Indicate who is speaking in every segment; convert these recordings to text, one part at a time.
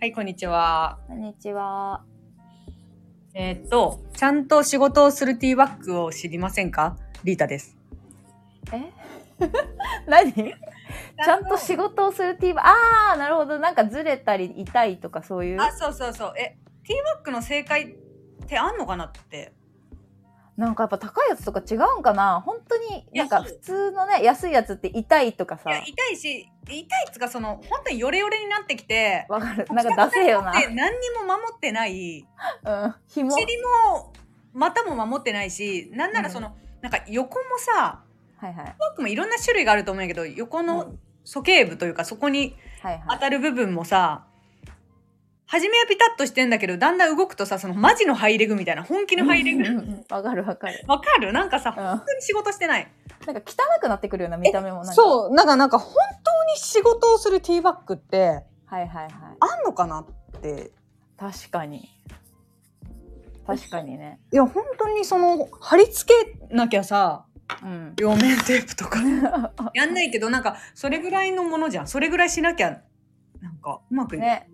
Speaker 1: はい、こんにちは。
Speaker 2: こんにちは。
Speaker 1: えーっと、ちゃんと仕事をするティーバッグを知りませんかリータです。
Speaker 2: え 何ちゃんと仕事をするティーバあー、なるほど。なんかずれたり痛いとかそういう。
Speaker 1: あ、そうそうそう。え、ティーバッグの正解ってあんのかなって。
Speaker 2: なんかやっぱ高いやつとか違うんかな本当に、なんか
Speaker 1: いやそう
Speaker 2: 普通のね、安いやつって痛いとか
Speaker 1: い
Speaker 2: さ
Speaker 1: や、。痛いし、痛いっつうか、その、本当にヨレヨレになってきて、
Speaker 2: わかる。なんか出せよな。
Speaker 1: で、何にも守ってない、
Speaker 2: うん。紐。
Speaker 1: 尻も、股も守ってないし、なんならその、なんか横もさ、
Speaker 2: はいはい。
Speaker 1: ティーバッグもいろんな種類があると思うんやけど、横
Speaker 2: う
Speaker 1: の鼠径部というか、そこに、
Speaker 2: はいは
Speaker 1: 当
Speaker 2: い。
Speaker 1: たる部分もさ、初めはピタッとしてんだけど、だんだん動くとさ、そのマジのハイレグみたいな、本気のハイレ
Speaker 2: うん
Speaker 1: グ。
Speaker 2: うんうんわかるわかる。
Speaker 1: わかるなんかさ、
Speaker 2: うん。
Speaker 1: 本
Speaker 2: なんか
Speaker 1: 当に仕事してない。
Speaker 2: 汚くなってくるような見た目もなんか。う。
Speaker 1: う、なんか、なんか本当に仕事をするティーバッグって、
Speaker 2: はいはいはい。
Speaker 1: あんのかなって。
Speaker 2: 確かに。確かにね。
Speaker 1: いや、本当にその、貼り付けなきゃさ、
Speaker 2: うん。
Speaker 1: 両面テープとか。 やんないけど、なんか、それぐらいのものじゃん。それぐらいしなきゃ、なんか、うまくいく
Speaker 2: ね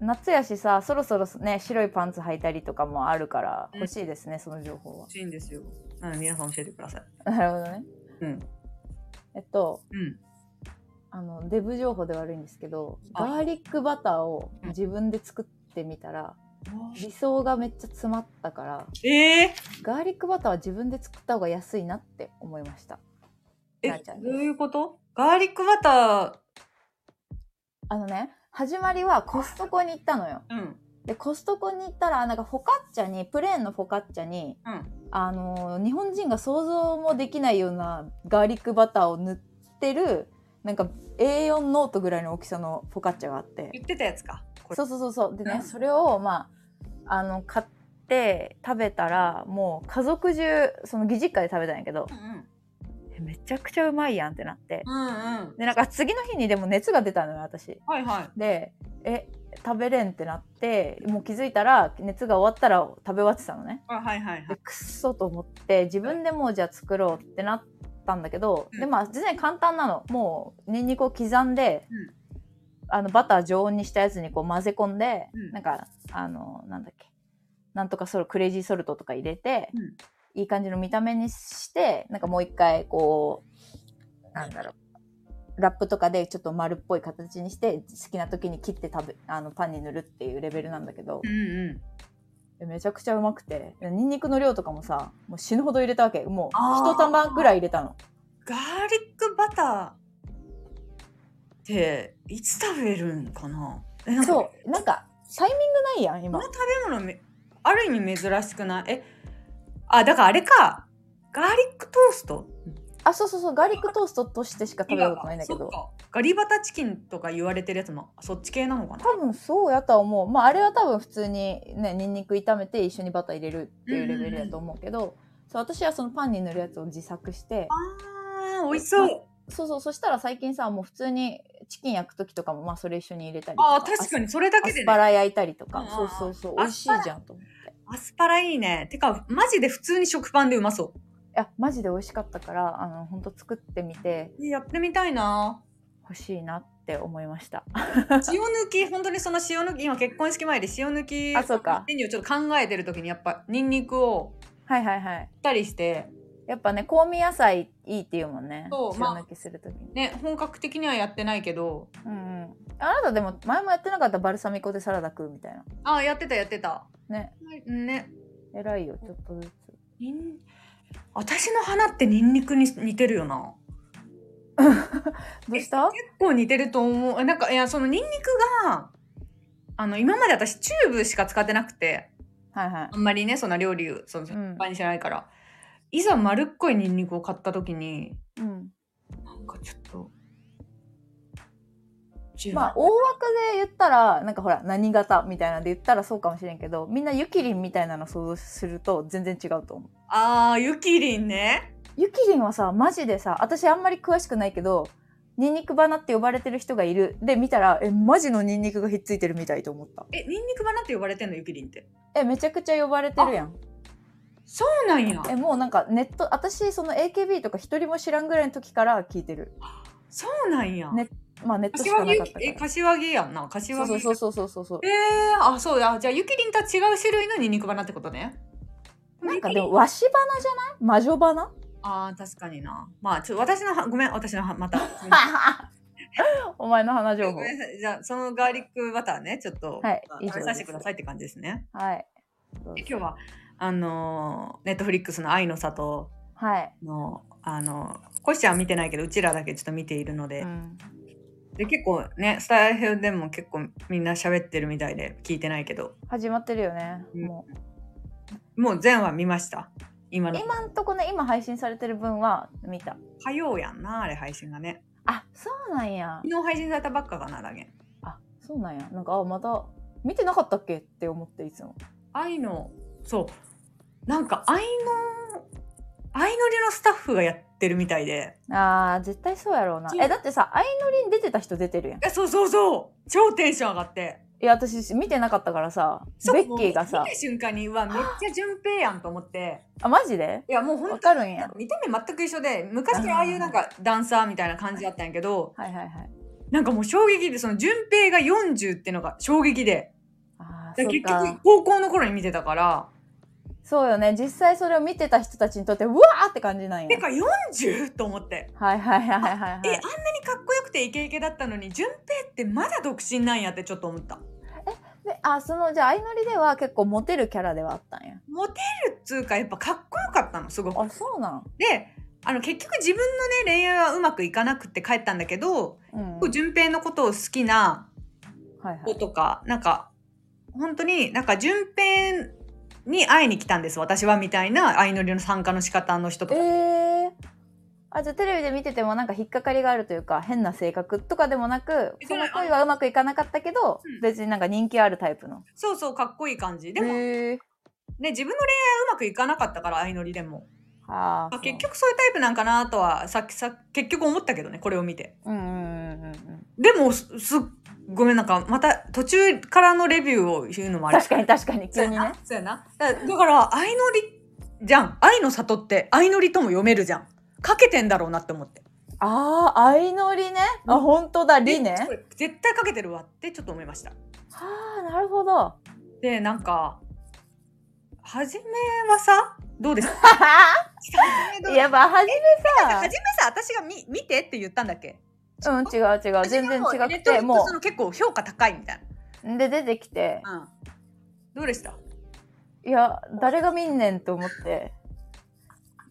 Speaker 2: 夏やしさそろそろね白いパンツ履いたりとかもあるから欲しいですね、その情報
Speaker 1: 欲しいんですよ。うん皆さん教えてください。
Speaker 2: は なるほどね
Speaker 1: うん。
Speaker 2: えっと
Speaker 1: うん。
Speaker 2: あのデブ情報で悪いんですけど
Speaker 1: あ
Speaker 2: ガーリックバターを
Speaker 1: うん
Speaker 2: 自分で作ってみたら理想がめっちゃ詰まったから
Speaker 1: えー、
Speaker 2: ガーリックバターは自分で作った方が安いなって思いました
Speaker 1: え、
Speaker 2: なあちゃん
Speaker 1: ど
Speaker 2: で
Speaker 1: う
Speaker 2: す
Speaker 1: いうことガーリックバタ
Speaker 2: あのね始まりはコストコに行ったのよ
Speaker 1: ー、うん、
Speaker 2: でコストコに行ったらなんかフォカッチャにプレーンのフォカッチャに
Speaker 1: うん、
Speaker 2: あの日本人が想像もできないようなガーリックバターを塗ってるなんか A4 ノートぐらいの大きさのフォカッチャがあって
Speaker 1: 言ってたやつか。これ
Speaker 2: そうそうそうそうでね、
Speaker 1: うん
Speaker 2: それをまああの買って食べたらもう家族中その義実家で食べたんやけど
Speaker 1: うんうん、
Speaker 2: えめちゃくちゃうまいやんってなって
Speaker 1: うんうん、
Speaker 2: でなんか次の日にでも熱が出たのよ私
Speaker 1: はいはい。
Speaker 2: でえ食べれんってなってもう気づいたら熱が終わったら食べ終わってたのね
Speaker 1: あはいはいは
Speaker 2: で
Speaker 1: い。
Speaker 2: くっそと思って自分でもうじゃあ作ろうってなったんだけど、
Speaker 1: うん
Speaker 2: でまあ全然簡単なのもうニンニクを刻んで、
Speaker 1: うん
Speaker 2: あのバター常温にしたやつにこう混ぜ込んで、
Speaker 1: うん
Speaker 2: なんかあのなんだっけなんとかソルクレイジーソルトとか入れて、
Speaker 1: うん
Speaker 2: いい感じの見た目にしてなんかもう一回こうなんだろうラップとかでちょっと丸っぽい形にして好きな時に切って食べあのパンに塗るっていうレベルなんだけど、
Speaker 1: うんうん。
Speaker 2: えめちゃくちゃうまくてニンニクの量とかもさもう死ぬほど入れたわけもう
Speaker 1: あー
Speaker 2: 一玉ぐらい入れたの
Speaker 1: ガーリックバターって、いつ食べるんかなえなんかこ
Speaker 2: そうなんかタイミングないやん今
Speaker 1: の食べ物め、ある意味珍しくないえ、あ、だからあれか。ガーリックトースト
Speaker 2: あそうそうそうガーリックトーストとしてしか食べたことないんだけ
Speaker 1: そっ
Speaker 2: ど
Speaker 1: かガリバタチキンとか言われてるやつも、そっち系なのかな
Speaker 2: 多分そうやとは思うまああれは多分普通にねニンニク炒めて一緒にバター入れるっていうレベルだと思うけど、そう私はそのパンに塗るやつを自作して
Speaker 1: あー、美味しそう。
Speaker 2: そうそうそしたら最近さもう普通にチキン焼く時とかもまあそれ一緒に入れたりとか
Speaker 1: あー、確かにそれだ
Speaker 2: ア
Speaker 1: け
Speaker 2: ス
Speaker 1: で
Speaker 2: アス
Speaker 1: ね
Speaker 2: パ。ラ焼いたりとか、
Speaker 1: うんうん
Speaker 2: そううんそうそう美
Speaker 1: ア
Speaker 2: 味し
Speaker 1: ス
Speaker 2: い
Speaker 1: パラ
Speaker 2: じゃんと思って
Speaker 1: アスパラいいね。てか、マジで普通に食パンでうまそ
Speaker 2: いやマジで美味しかったからあの本当作ってみて
Speaker 1: う。やってみたい な。
Speaker 2: 欲しいなって思いました
Speaker 1: 塩 抜き、本当にその塩抜き、今結婚式前で塩抜き、
Speaker 2: あそうか
Speaker 1: メニューちょっと考えてる時に、やっぱ、ニンニクを
Speaker 2: はいはいはい
Speaker 1: 振ったりして、
Speaker 2: やっぱね香味野菜いいっていうもんね
Speaker 1: そう
Speaker 2: 塩
Speaker 1: まあ
Speaker 2: 抜きするときに、
Speaker 1: ね、本格的にはやってないけど、
Speaker 2: うんうんあなたでも前もやってなかったバルサミコでサラダ食うみたいな
Speaker 1: ああ、やってた、やってた。
Speaker 2: ね
Speaker 1: ね。
Speaker 2: 偉いよちょっとずつ
Speaker 1: ニン私の花ってニンニクに似てるよな。
Speaker 2: どうした
Speaker 1: 結構似てると思う。えなんか、いや、そのニンニクが、あの、今まで私チューブしか使ってなくて、
Speaker 2: はいはい
Speaker 1: あんまりね、その料理を、その、
Speaker 2: うん
Speaker 1: 失敗にしないから。いざ丸っこいニンニクを買った時に、
Speaker 2: うん、
Speaker 1: なんかちょっと、チューブ
Speaker 2: まあ大枠で言ったらなんかほら何型みたいなんで言ったらそうかもしれんけどみんなゆきりんみたいなの想像すると全然違うと思う
Speaker 1: あー、ゆきりんね。
Speaker 2: ゆきりんはさマジでさ私あんまり詳しくないけどニンニク花って呼ばれてる人がいるで見たらえマジのニンニクがひっついてるみたいと思った
Speaker 1: え、ニンニク花って呼ばれてんのゆきりんって。
Speaker 2: えめちゃくちゃ呼ばれてるやん
Speaker 1: そうなんや。
Speaker 2: えもうなんかネット私その AKB とか一人も知らんぐらいの時から聞いてる
Speaker 1: そうなんや。
Speaker 2: ねまあネットしか
Speaker 1: 柏
Speaker 2: な
Speaker 1: 木
Speaker 2: かったか
Speaker 1: え
Speaker 2: ら。
Speaker 1: 柏木やんな柏木
Speaker 2: そうそうそうそうそうそう。
Speaker 1: えー、あそうやじゃあゆきりんとは違う種類のニンニク花ってことね
Speaker 2: なんかで
Speaker 1: ゆきり
Speaker 2: も和紙花じゃない魔女花
Speaker 1: あー確かになまあちょ私のはごめん私のは また
Speaker 2: お前の花情
Speaker 1: ご
Speaker 2: 報。
Speaker 1: めんなさいじゃあそのガーリックバターねちょっと、
Speaker 2: はい
Speaker 1: まあ
Speaker 2: 以上
Speaker 1: 食べさせて
Speaker 2: で
Speaker 1: く
Speaker 2: す
Speaker 1: ださいって感じですね
Speaker 2: はい。
Speaker 1: で今日はあのネットフリックスの「愛の里
Speaker 2: はい。
Speaker 1: の」あのコシちゃんは見てないけどうちらだけちょっと見ているので、
Speaker 2: うん
Speaker 1: で結構ねスタイルでも結構みんな喋ってるみたいで聞いてないけど
Speaker 2: 始まってるよね。
Speaker 1: うん
Speaker 2: もう
Speaker 1: もう全話見ました今の
Speaker 2: 今んとこね今配信されてる分は見た。
Speaker 1: 火曜やんなあれ配信がね
Speaker 2: あそうなんや。
Speaker 1: 昨日配信されたばっかかなだけ
Speaker 2: あそうなんや。なんかあまた見てなかったっけって思っていつも。
Speaker 1: 愛のそうなんか愛の愛のりのスタッフがやってるみたいで
Speaker 2: あー絶対そうやろうな
Speaker 1: そ。う
Speaker 2: えだってさ相乗りに出てた人出てるやん。
Speaker 1: えそうそうそう超テンション上がって
Speaker 2: いや私見てなかったからさ
Speaker 1: そう
Speaker 2: ベッキーがさ
Speaker 1: 見た瞬間にうわめっちゃ順平やんと思って
Speaker 2: あマジで
Speaker 1: いやもう
Speaker 2: わ
Speaker 1: 本当
Speaker 2: かるんや。
Speaker 1: 見た目全く一緒で昔ああいうなんかダンサーみたいな感じだったんやけど
Speaker 2: はいはいはい。
Speaker 1: なんかもう衝撃でその順平が40ってのが衝撃で
Speaker 2: あ
Speaker 1: だか
Speaker 2: ーそ
Speaker 1: ら
Speaker 2: う
Speaker 1: 結
Speaker 2: か
Speaker 1: 局。高校の頃に見てたから
Speaker 2: そうよね実際それを見てた人たちにとってうわーって感じなんや
Speaker 1: て。か 40? と思って。
Speaker 2: はいはいはいはいは
Speaker 1: え
Speaker 2: い
Speaker 1: あんなにかっこよくてイケイケだったのに順平ってまだ独身なんやってちょっと思った
Speaker 2: であそのじゃあ相乗りでは結構モテるキャラではあったんや
Speaker 1: モテるっつうかやっぱかっこよかったのすごく
Speaker 2: あそうなん
Speaker 1: であの結局自分のね恋愛はうまくいかなくって帰ったんだけど
Speaker 2: うん
Speaker 1: こう順平のことを好きな
Speaker 2: はいは
Speaker 1: 子
Speaker 2: い
Speaker 1: とかなんか本当になんか順平に会いに来たんです私はみたいな相乗りの参加の仕方の人と
Speaker 2: え
Speaker 1: か、
Speaker 2: ー、あじゃあテレビで見ててもなんか引っかかりがあるというか変な性格とかでもなく
Speaker 1: え
Speaker 2: そ
Speaker 1: そ
Speaker 2: の
Speaker 1: れ
Speaker 2: 恋はうまくいかなかったけど、
Speaker 1: うん
Speaker 2: 別になんか人気あるタイプの
Speaker 1: そうそうかっこいい感じでもね
Speaker 2: へー
Speaker 1: 自分の恋愛はうまくいかなかったから相乗りでも
Speaker 2: あー
Speaker 1: あ結局そういうタイプなんかなとはさっきさ結局思ったけどねこれを見て
Speaker 2: そううんうんうんうんうん
Speaker 1: でもすすごめんなんかまた途中からのレビューを言うのもあれ
Speaker 2: 確かに確かに
Speaker 1: そう
Speaker 2: 急
Speaker 1: や
Speaker 2: に
Speaker 1: な
Speaker 2: ね
Speaker 1: そうやなだだから相乗りじゃん愛の里って相乗りとも読めるじゃんかけてんだろうなって思って
Speaker 2: ああ相乗りねあ本当だりね
Speaker 1: えこれ絶対かけてるわってちょっと思いました
Speaker 2: はあなる ほど
Speaker 1: でなんか初めはさどうです か初めどう
Speaker 2: やっぱ初
Speaker 1: 初め
Speaker 2: め
Speaker 1: さ私が見見てって言ったんだっけ
Speaker 2: さうん違う違う全然違くて
Speaker 1: も
Speaker 2: も
Speaker 1: う結構評価高いみたいう
Speaker 2: で出てきて
Speaker 1: な、うん、どうでした
Speaker 2: いや、誰が見んねんと思って。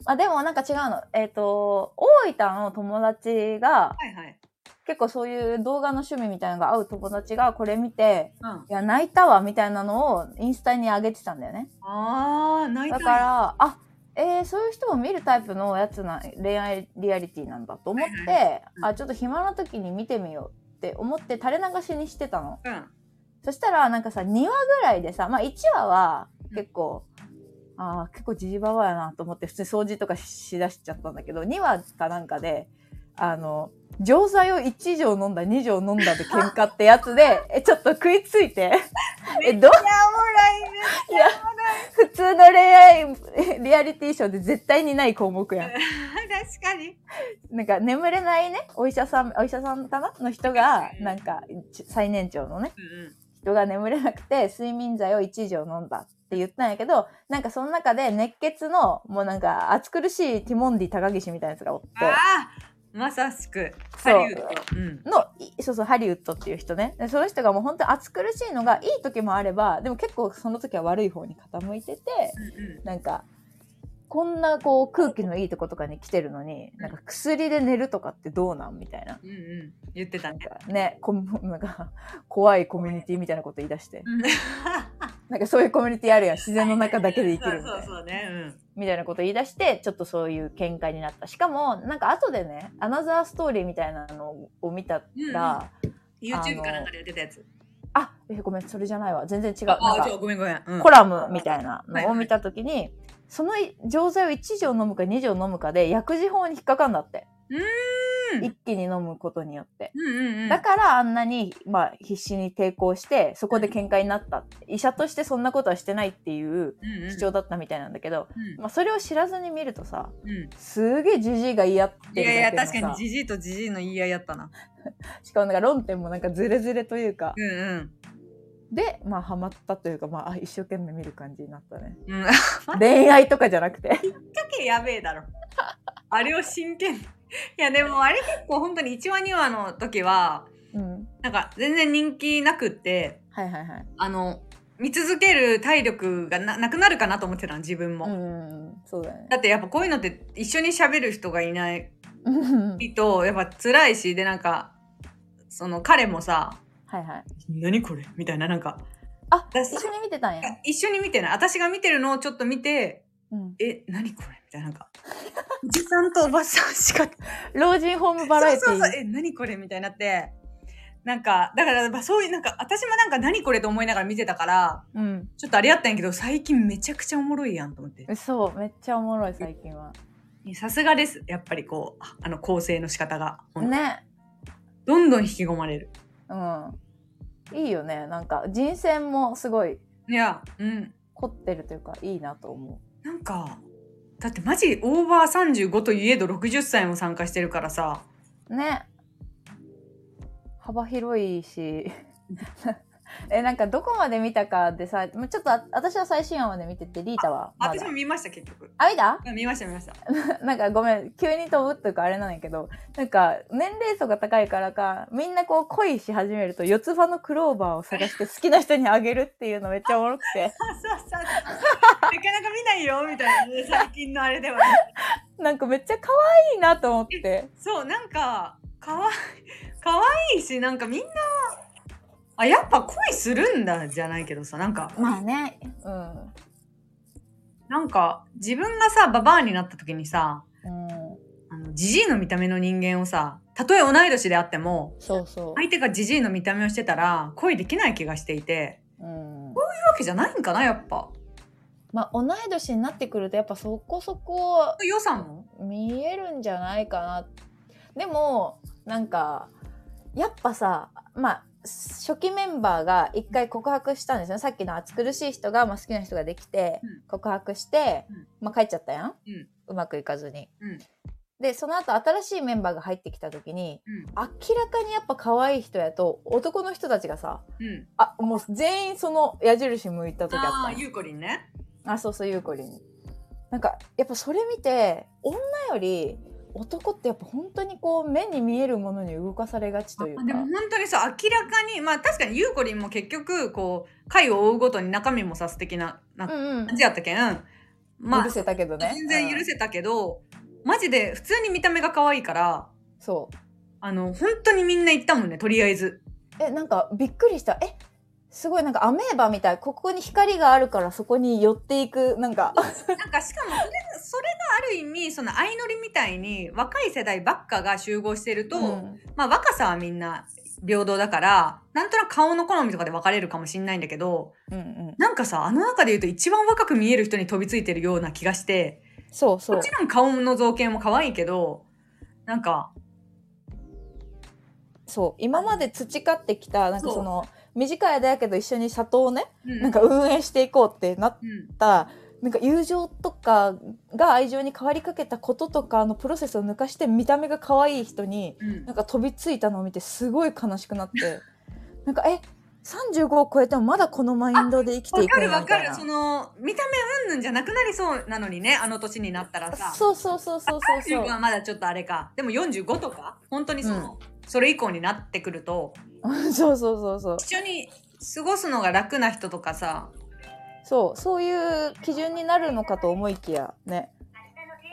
Speaker 2: あ、でもなんか違うの。えっ、と、大分の友達が、
Speaker 1: はいはい。
Speaker 2: 結構そういう動画の趣味みたいなのが合う友達がこれ見て、
Speaker 1: うん。あ
Speaker 2: いや、泣いたわ、みたいなのをインスタに上げてたんだよね。
Speaker 1: あー、泣いた
Speaker 2: だ
Speaker 1: ん
Speaker 2: か
Speaker 1: や
Speaker 2: ら、あ、えーそういう人も見るタイプのやつな、恋愛リアリティなんだと思って、
Speaker 1: うん
Speaker 2: あ、ちょっと暇な時に見てみようって思って垂れ流しにしてたの。
Speaker 1: うん。
Speaker 2: そしたら、なんかさ、2話ぐらいでさ、まあ1話は結構、ああ、結構ジジババアやなと思って、普通に掃除とかしだしちゃったんだけど、2話かなんかで、あの、錠剤を1錠飲んだ、2錠飲んだで喧嘩ってやつで、 え、ちょっと食いつ いて、え、どう、
Speaker 1: いや、おもろいね。
Speaker 2: いや、普通の恋愛、リアリティショーで絶対にない項目や ん。
Speaker 1: 確かに。
Speaker 2: なんか眠れないね、お医者さん、お医者さんかなの人が、
Speaker 1: うん
Speaker 2: なんか、ち最年長のね、
Speaker 1: うんうん。
Speaker 2: 人が眠れなくて睡眠剤を1錠飲んだって言ったんやけどなんかその中で熱血のもうなんか暑苦しいティモンディ高岸みたいなやつがおって
Speaker 1: ああ、まさしく。
Speaker 2: そう
Speaker 1: ハリウッドうん。
Speaker 2: のいそうそうハリウッドっていう人ねでその人がもう本当に暑苦しいのがいい時もあればでも結構その時は悪い方に傾いてて
Speaker 1: うん
Speaker 2: なんかこんなこう空気のいいとことかに来てるのになんか薬で寝るとかってどうなんみたいな。
Speaker 1: うん。うんうん。言ってた
Speaker 2: なん
Speaker 1: ね。
Speaker 2: かね、こんなんか怖いコミュニティみたいなこと言い出して
Speaker 1: うん
Speaker 2: なんかそういうコミュニティあるやん自然の中だけで生き
Speaker 1: そ
Speaker 2: る
Speaker 1: う
Speaker 2: みたい
Speaker 1: そう
Speaker 2: な
Speaker 1: そうね。うん。
Speaker 2: みたいなこと言い出してちょっとそういう見解になったしかもなんか後でねアナザーストーリーみたいなのを見たら、
Speaker 1: YouTube かなんかでやってたやつ。
Speaker 2: あえごめんそれじゃないわ全然違うなん
Speaker 1: ああ、ちょ
Speaker 2: か
Speaker 1: ごめんごめん。うん
Speaker 2: コラムみたいなのを見た時に、その錠剤を1錠飲むか2錠飲むかで薬事法に引っかかんだって
Speaker 1: ううん
Speaker 2: 一気に飲むことによって。
Speaker 1: うんうんうん
Speaker 2: だからあんなに、まあ、必死に抵抗してそこで喧嘩になったって医者としてそんなことはしてないっていう
Speaker 1: うんうん
Speaker 2: 主張だったみたいなんだけど、
Speaker 1: うん
Speaker 2: まあ、それを知らずに見るとさ
Speaker 1: うん
Speaker 2: すげえじじいが言い合って
Speaker 1: い
Speaker 2: る
Speaker 1: やいや
Speaker 2: だ
Speaker 1: 確
Speaker 2: け
Speaker 1: か
Speaker 2: の
Speaker 1: に
Speaker 2: さ
Speaker 1: じじいとじじいの言い合いやったな
Speaker 2: しかもなんか論点もなんかズレズレというか
Speaker 1: うんうん
Speaker 2: でまあハマったというか、まあ、あ一生懸命見る感じになったね
Speaker 1: うん
Speaker 2: 恋愛とかじゃなくて
Speaker 1: けやべえだろ。あれを真剣に。いやでもあれ結構本当に1話2話の時は
Speaker 2: うん
Speaker 1: なんか全然人気なくって
Speaker 2: はいはいはい
Speaker 1: あの見続ける体力がななくなるかなと思ってたの自分も、
Speaker 2: うんそうだよね
Speaker 1: だってやっぱこういうのって一緒に喋る人がいない
Speaker 2: うん
Speaker 1: とやっぱ辛いしでなんかその彼もさ
Speaker 2: はいはい
Speaker 1: 「何これ?」みたいななんか
Speaker 2: あ
Speaker 1: だ
Speaker 2: 一緒に見てたんや、
Speaker 1: 一緒に見てない私が見てるのをちょっと見て
Speaker 2: う
Speaker 1: 「
Speaker 2: ん
Speaker 1: え何これ?」みたいななんかおじさんとおばさんしか
Speaker 2: 老人ホームバラエティ
Speaker 1: そうそうそうえ何これみたいになってなんかだからやっぱそういうなんか私もなんか何これと思いながら見てたから
Speaker 2: うん
Speaker 1: ちょっとあれやったんやけど最近めちゃくちゃおもろいやんと思って
Speaker 2: そうめっちゃおもろい最近は
Speaker 1: さすがですやっぱりこうああの構成の仕方が、ほんと
Speaker 2: ね
Speaker 1: どんどん引き込まれる
Speaker 2: うんいいよねなんか人選もすごい
Speaker 1: いやうん
Speaker 2: 凝ってるというかいいなと思
Speaker 1: なんかだってマジオーバー35といえど60歳も参加してるからさ
Speaker 2: うね幅広いし えなんかどこまで見たかでさもうちょっとあ私は最新話まで見ててリータはまだ
Speaker 1: 私も見ました結局
Speaker 2: あ見た
Speaker 1: うん見ました見ま した
Speaker 2: なんかごめん急に飛ぶっていうかあれなんやけどなんか年齢層が高いからかみんなこう恋し始めると四つ葉のクローバーを探して好きな人にあげるっていうのめっちゃおもろくて
Speaker 1: さあさあさあ なかなか見ないよみたいなね最近のあれではね
Speaker 2: なんかめっちゃ可愛いなと思って
Speaker 1: そうなんかかわいかわいいしなんかみんなあやっぱ恋するんだじゃないけどさなんか
Speaker 2: まあねうん、
Speaker 1: なんか自分がさババアになった時にさ
Speaker 2: うん、
Speaker 1: あのジジイの見た目の人間をさたとえ同い年であっても
Speaker 2: そうそ
Speaker 1: 相手がジジイの見た目をしてたら恋できない気がしていて
Speaker 2: う、うん、
Speaker 1: そういうわけじゃないんかなやっぱ
Speaker 2: まあ同い年になってくるとやっぱそこそこ
Speaker 1: 予算も
Speaker 2: 見えるんじゃないかなでもなんかやっぱさまあ初期メンバーが一回告白したんですよねさっきの暑苦しい人が、まあ、好きな人ができて
Speaker 1: うん
Speaker 2: 告白して、
Speaker 1: うん
Speaker 2: まあ、帰っちゃったやん、
Speaker 1: うん
Speaker 2: まくいかずに。
Speaker 1: うん
Speaker 2: でその後新しいメンバーが入ってきた時に
Speaker 1: うん
Speaker 2: 明らかにやっぱ可愛い人やと男の人たちがさ
Speaker 1: うん
Speaker 2: あもう全員その矢印向いた時あった
Speaker 1: あ
Speaker 2: の
Speaker 1: あゆうこりんね
Speaker 2: あ、そうそう、ゆうこりん。なんか、やっぱそれ見て、女より男ってやっぱ本当にこう、目に見えるものに動かされがちというか。
Speaker 1: あでも本当にさ明らかにまあ確かにゆうこりんも結局こう回を追うごとに中身もさ素敵ななんか
Speaker 2: うんうん
Speaker 1: 感。じやったけん、まあ
Speaker 2: 許せたけどね。
Speaker 1: 全然許
Speaker 2: うん
Speaker 1: せたけど、マジで普通に見た目が可愛いから
Speaker 2: そう。
Speaker 1: あの本当にみんな言ったもんねとりあえず
Speaker 2: え、なんかびっくりした。えすごいなんかアメーバみたい。ここに光があるからそこに寄っていく、なんか。
Speaker 1: なんかしかもそれそれがある意味その相乗りみたいに若い世代ばっかが集合してると、
Speaker 2: うん
Speaker 1: まあ若さはみんな平等だからなんとなく顔の好みとかで分かれるかもしんないんだけど
Speaker 2: うんうん。
Speaker 1: なんかさあの中で言うと一番若く見える人に飛びついてるような気がして。
Speaker 2: そうそ
Speaker 1: も
Speaker 2: う
Speaker 1: ち。ろん顔の造形も可愛いけど、なんか、
Speaker 2: そう。今まで培ってきた、なんかその、短い間やけど一緒に里をね、
Speaker 1: な
Speaker 2: なんか、運営していこうってなっ
Speaker 1: うん、
Speaker 2: ったなんか友情とかが愛情に変わりかけたこととかのプロセスを抜かして見た目が可愛い人に
Speaker 1: うん
Speaker 2: なんか飛びついたのを見てすごい悲しくなって なんかえ35を超えてもまだこのマインドで生きて
Speaker 1: わ
Speaker 2: い
Speaker 1: か
Speaker 2: くん
Speaker 1: る
Speaker 2: や
Speaker 1: わ
Speaker 2: み
Speaker 1: か
Speaker 2: たい
Speaker 1: る。
Speaker 2: な
Speaker 1: その、見た目うんぬんじゃなくなりそうなのにね、あの年になったらさ。
Speaker 2: そうそうそうそうそうそ
Speaker 1: 35は
Speaker 2: う
Speaker 1: まだちょっとあれか。でも45とか、本当にその、それ以降になってくると、
Speaker 2: そうそうそうそう
Speaker 1: 一緒に過ごすのが楽な人とかさ、
Speaker 2: そうそういう基準になるのかと思いきやね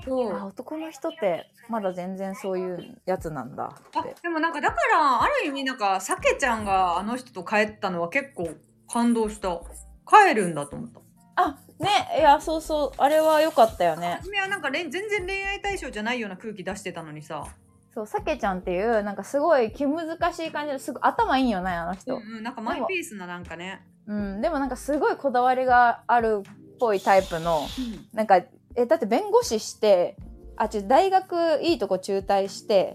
Speaker 1: そ
Speaker 2: あ男の人ってまだ全然そういうやつなんだ
Speaker 1: あ
Speaker 2: って
Speaker 1: でもなんかだからある意味なんかさけちゃんがあの人と帰ったのは結構感動した帰るんだと思った
Speaker 2: あねいやそうそうあれは良かったよね
Speaker 1: 初めはなんかれん全然恋愛対象じゃないような空気出してたのにさ
Speaker 2: そう、さけちゃんっていう、なんかすごい気難しい感じの、すごい頭いいんよね、あの
Speaker 1: う
Speaker 2: 人
Speaker 1: ん。うん、なんかマイペースななんかね。
Speaker 2: うん、でもなんかすごいこだわりがあるっぽいタイプの、
Speaker 1: うん。
Speaker 2: なんか、え、だって弁護士して、あ、ちょ、大学いいとこ中退して、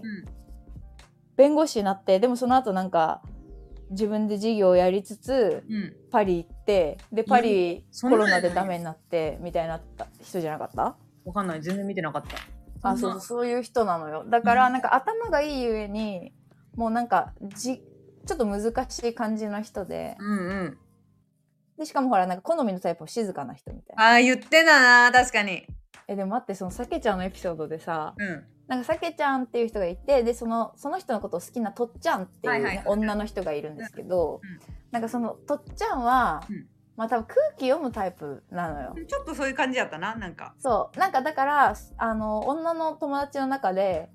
Speaker 2: 弁護士になってでもその後なんか自分で事業をやりつつ
Speaker 1: うん。
Speaker 2: パリ行ってでパリ
Speaker 1: そ
Speaker 2: コ
Speaker 1: んなの
Speaker 2: ロナでダメになってみたいになった人じゃなかった
Speaker 1: わかんない。全然見てなかった。
Speaker 2: あそうそうそういう人なのよだからなんか頭がいいゆえにもうなんかじちょっと難しい感じの人で
Speaker 1: うんうん。
Speaker 2: でしかもほらなんか好みのタイプは静かな人みたいな
Speaker 1: ああ、言ってたな。確かに。
Speaker 2: えでも待ってそのさけちゃんのエピソードでさ
Speaker 1: うん。
Speaker 2: なんかさけちゃんっていう人がいてでそのその人のことを好きなとっちゃんっていう、ね
Speaker 1: はいはいはい
Speaker 2: 女の人がいるんですけど、
Speaker 1: うんうん
Speaker 2: なんかそのとっちゃんは、
Speaker 1: うん
Speaker 2: まあ多分空気読むタイプなのよ。
Speaker 1: ちょっとそういう感じやったな。なんか。
Speaker 2: そうなんかだからあの女の友達の中で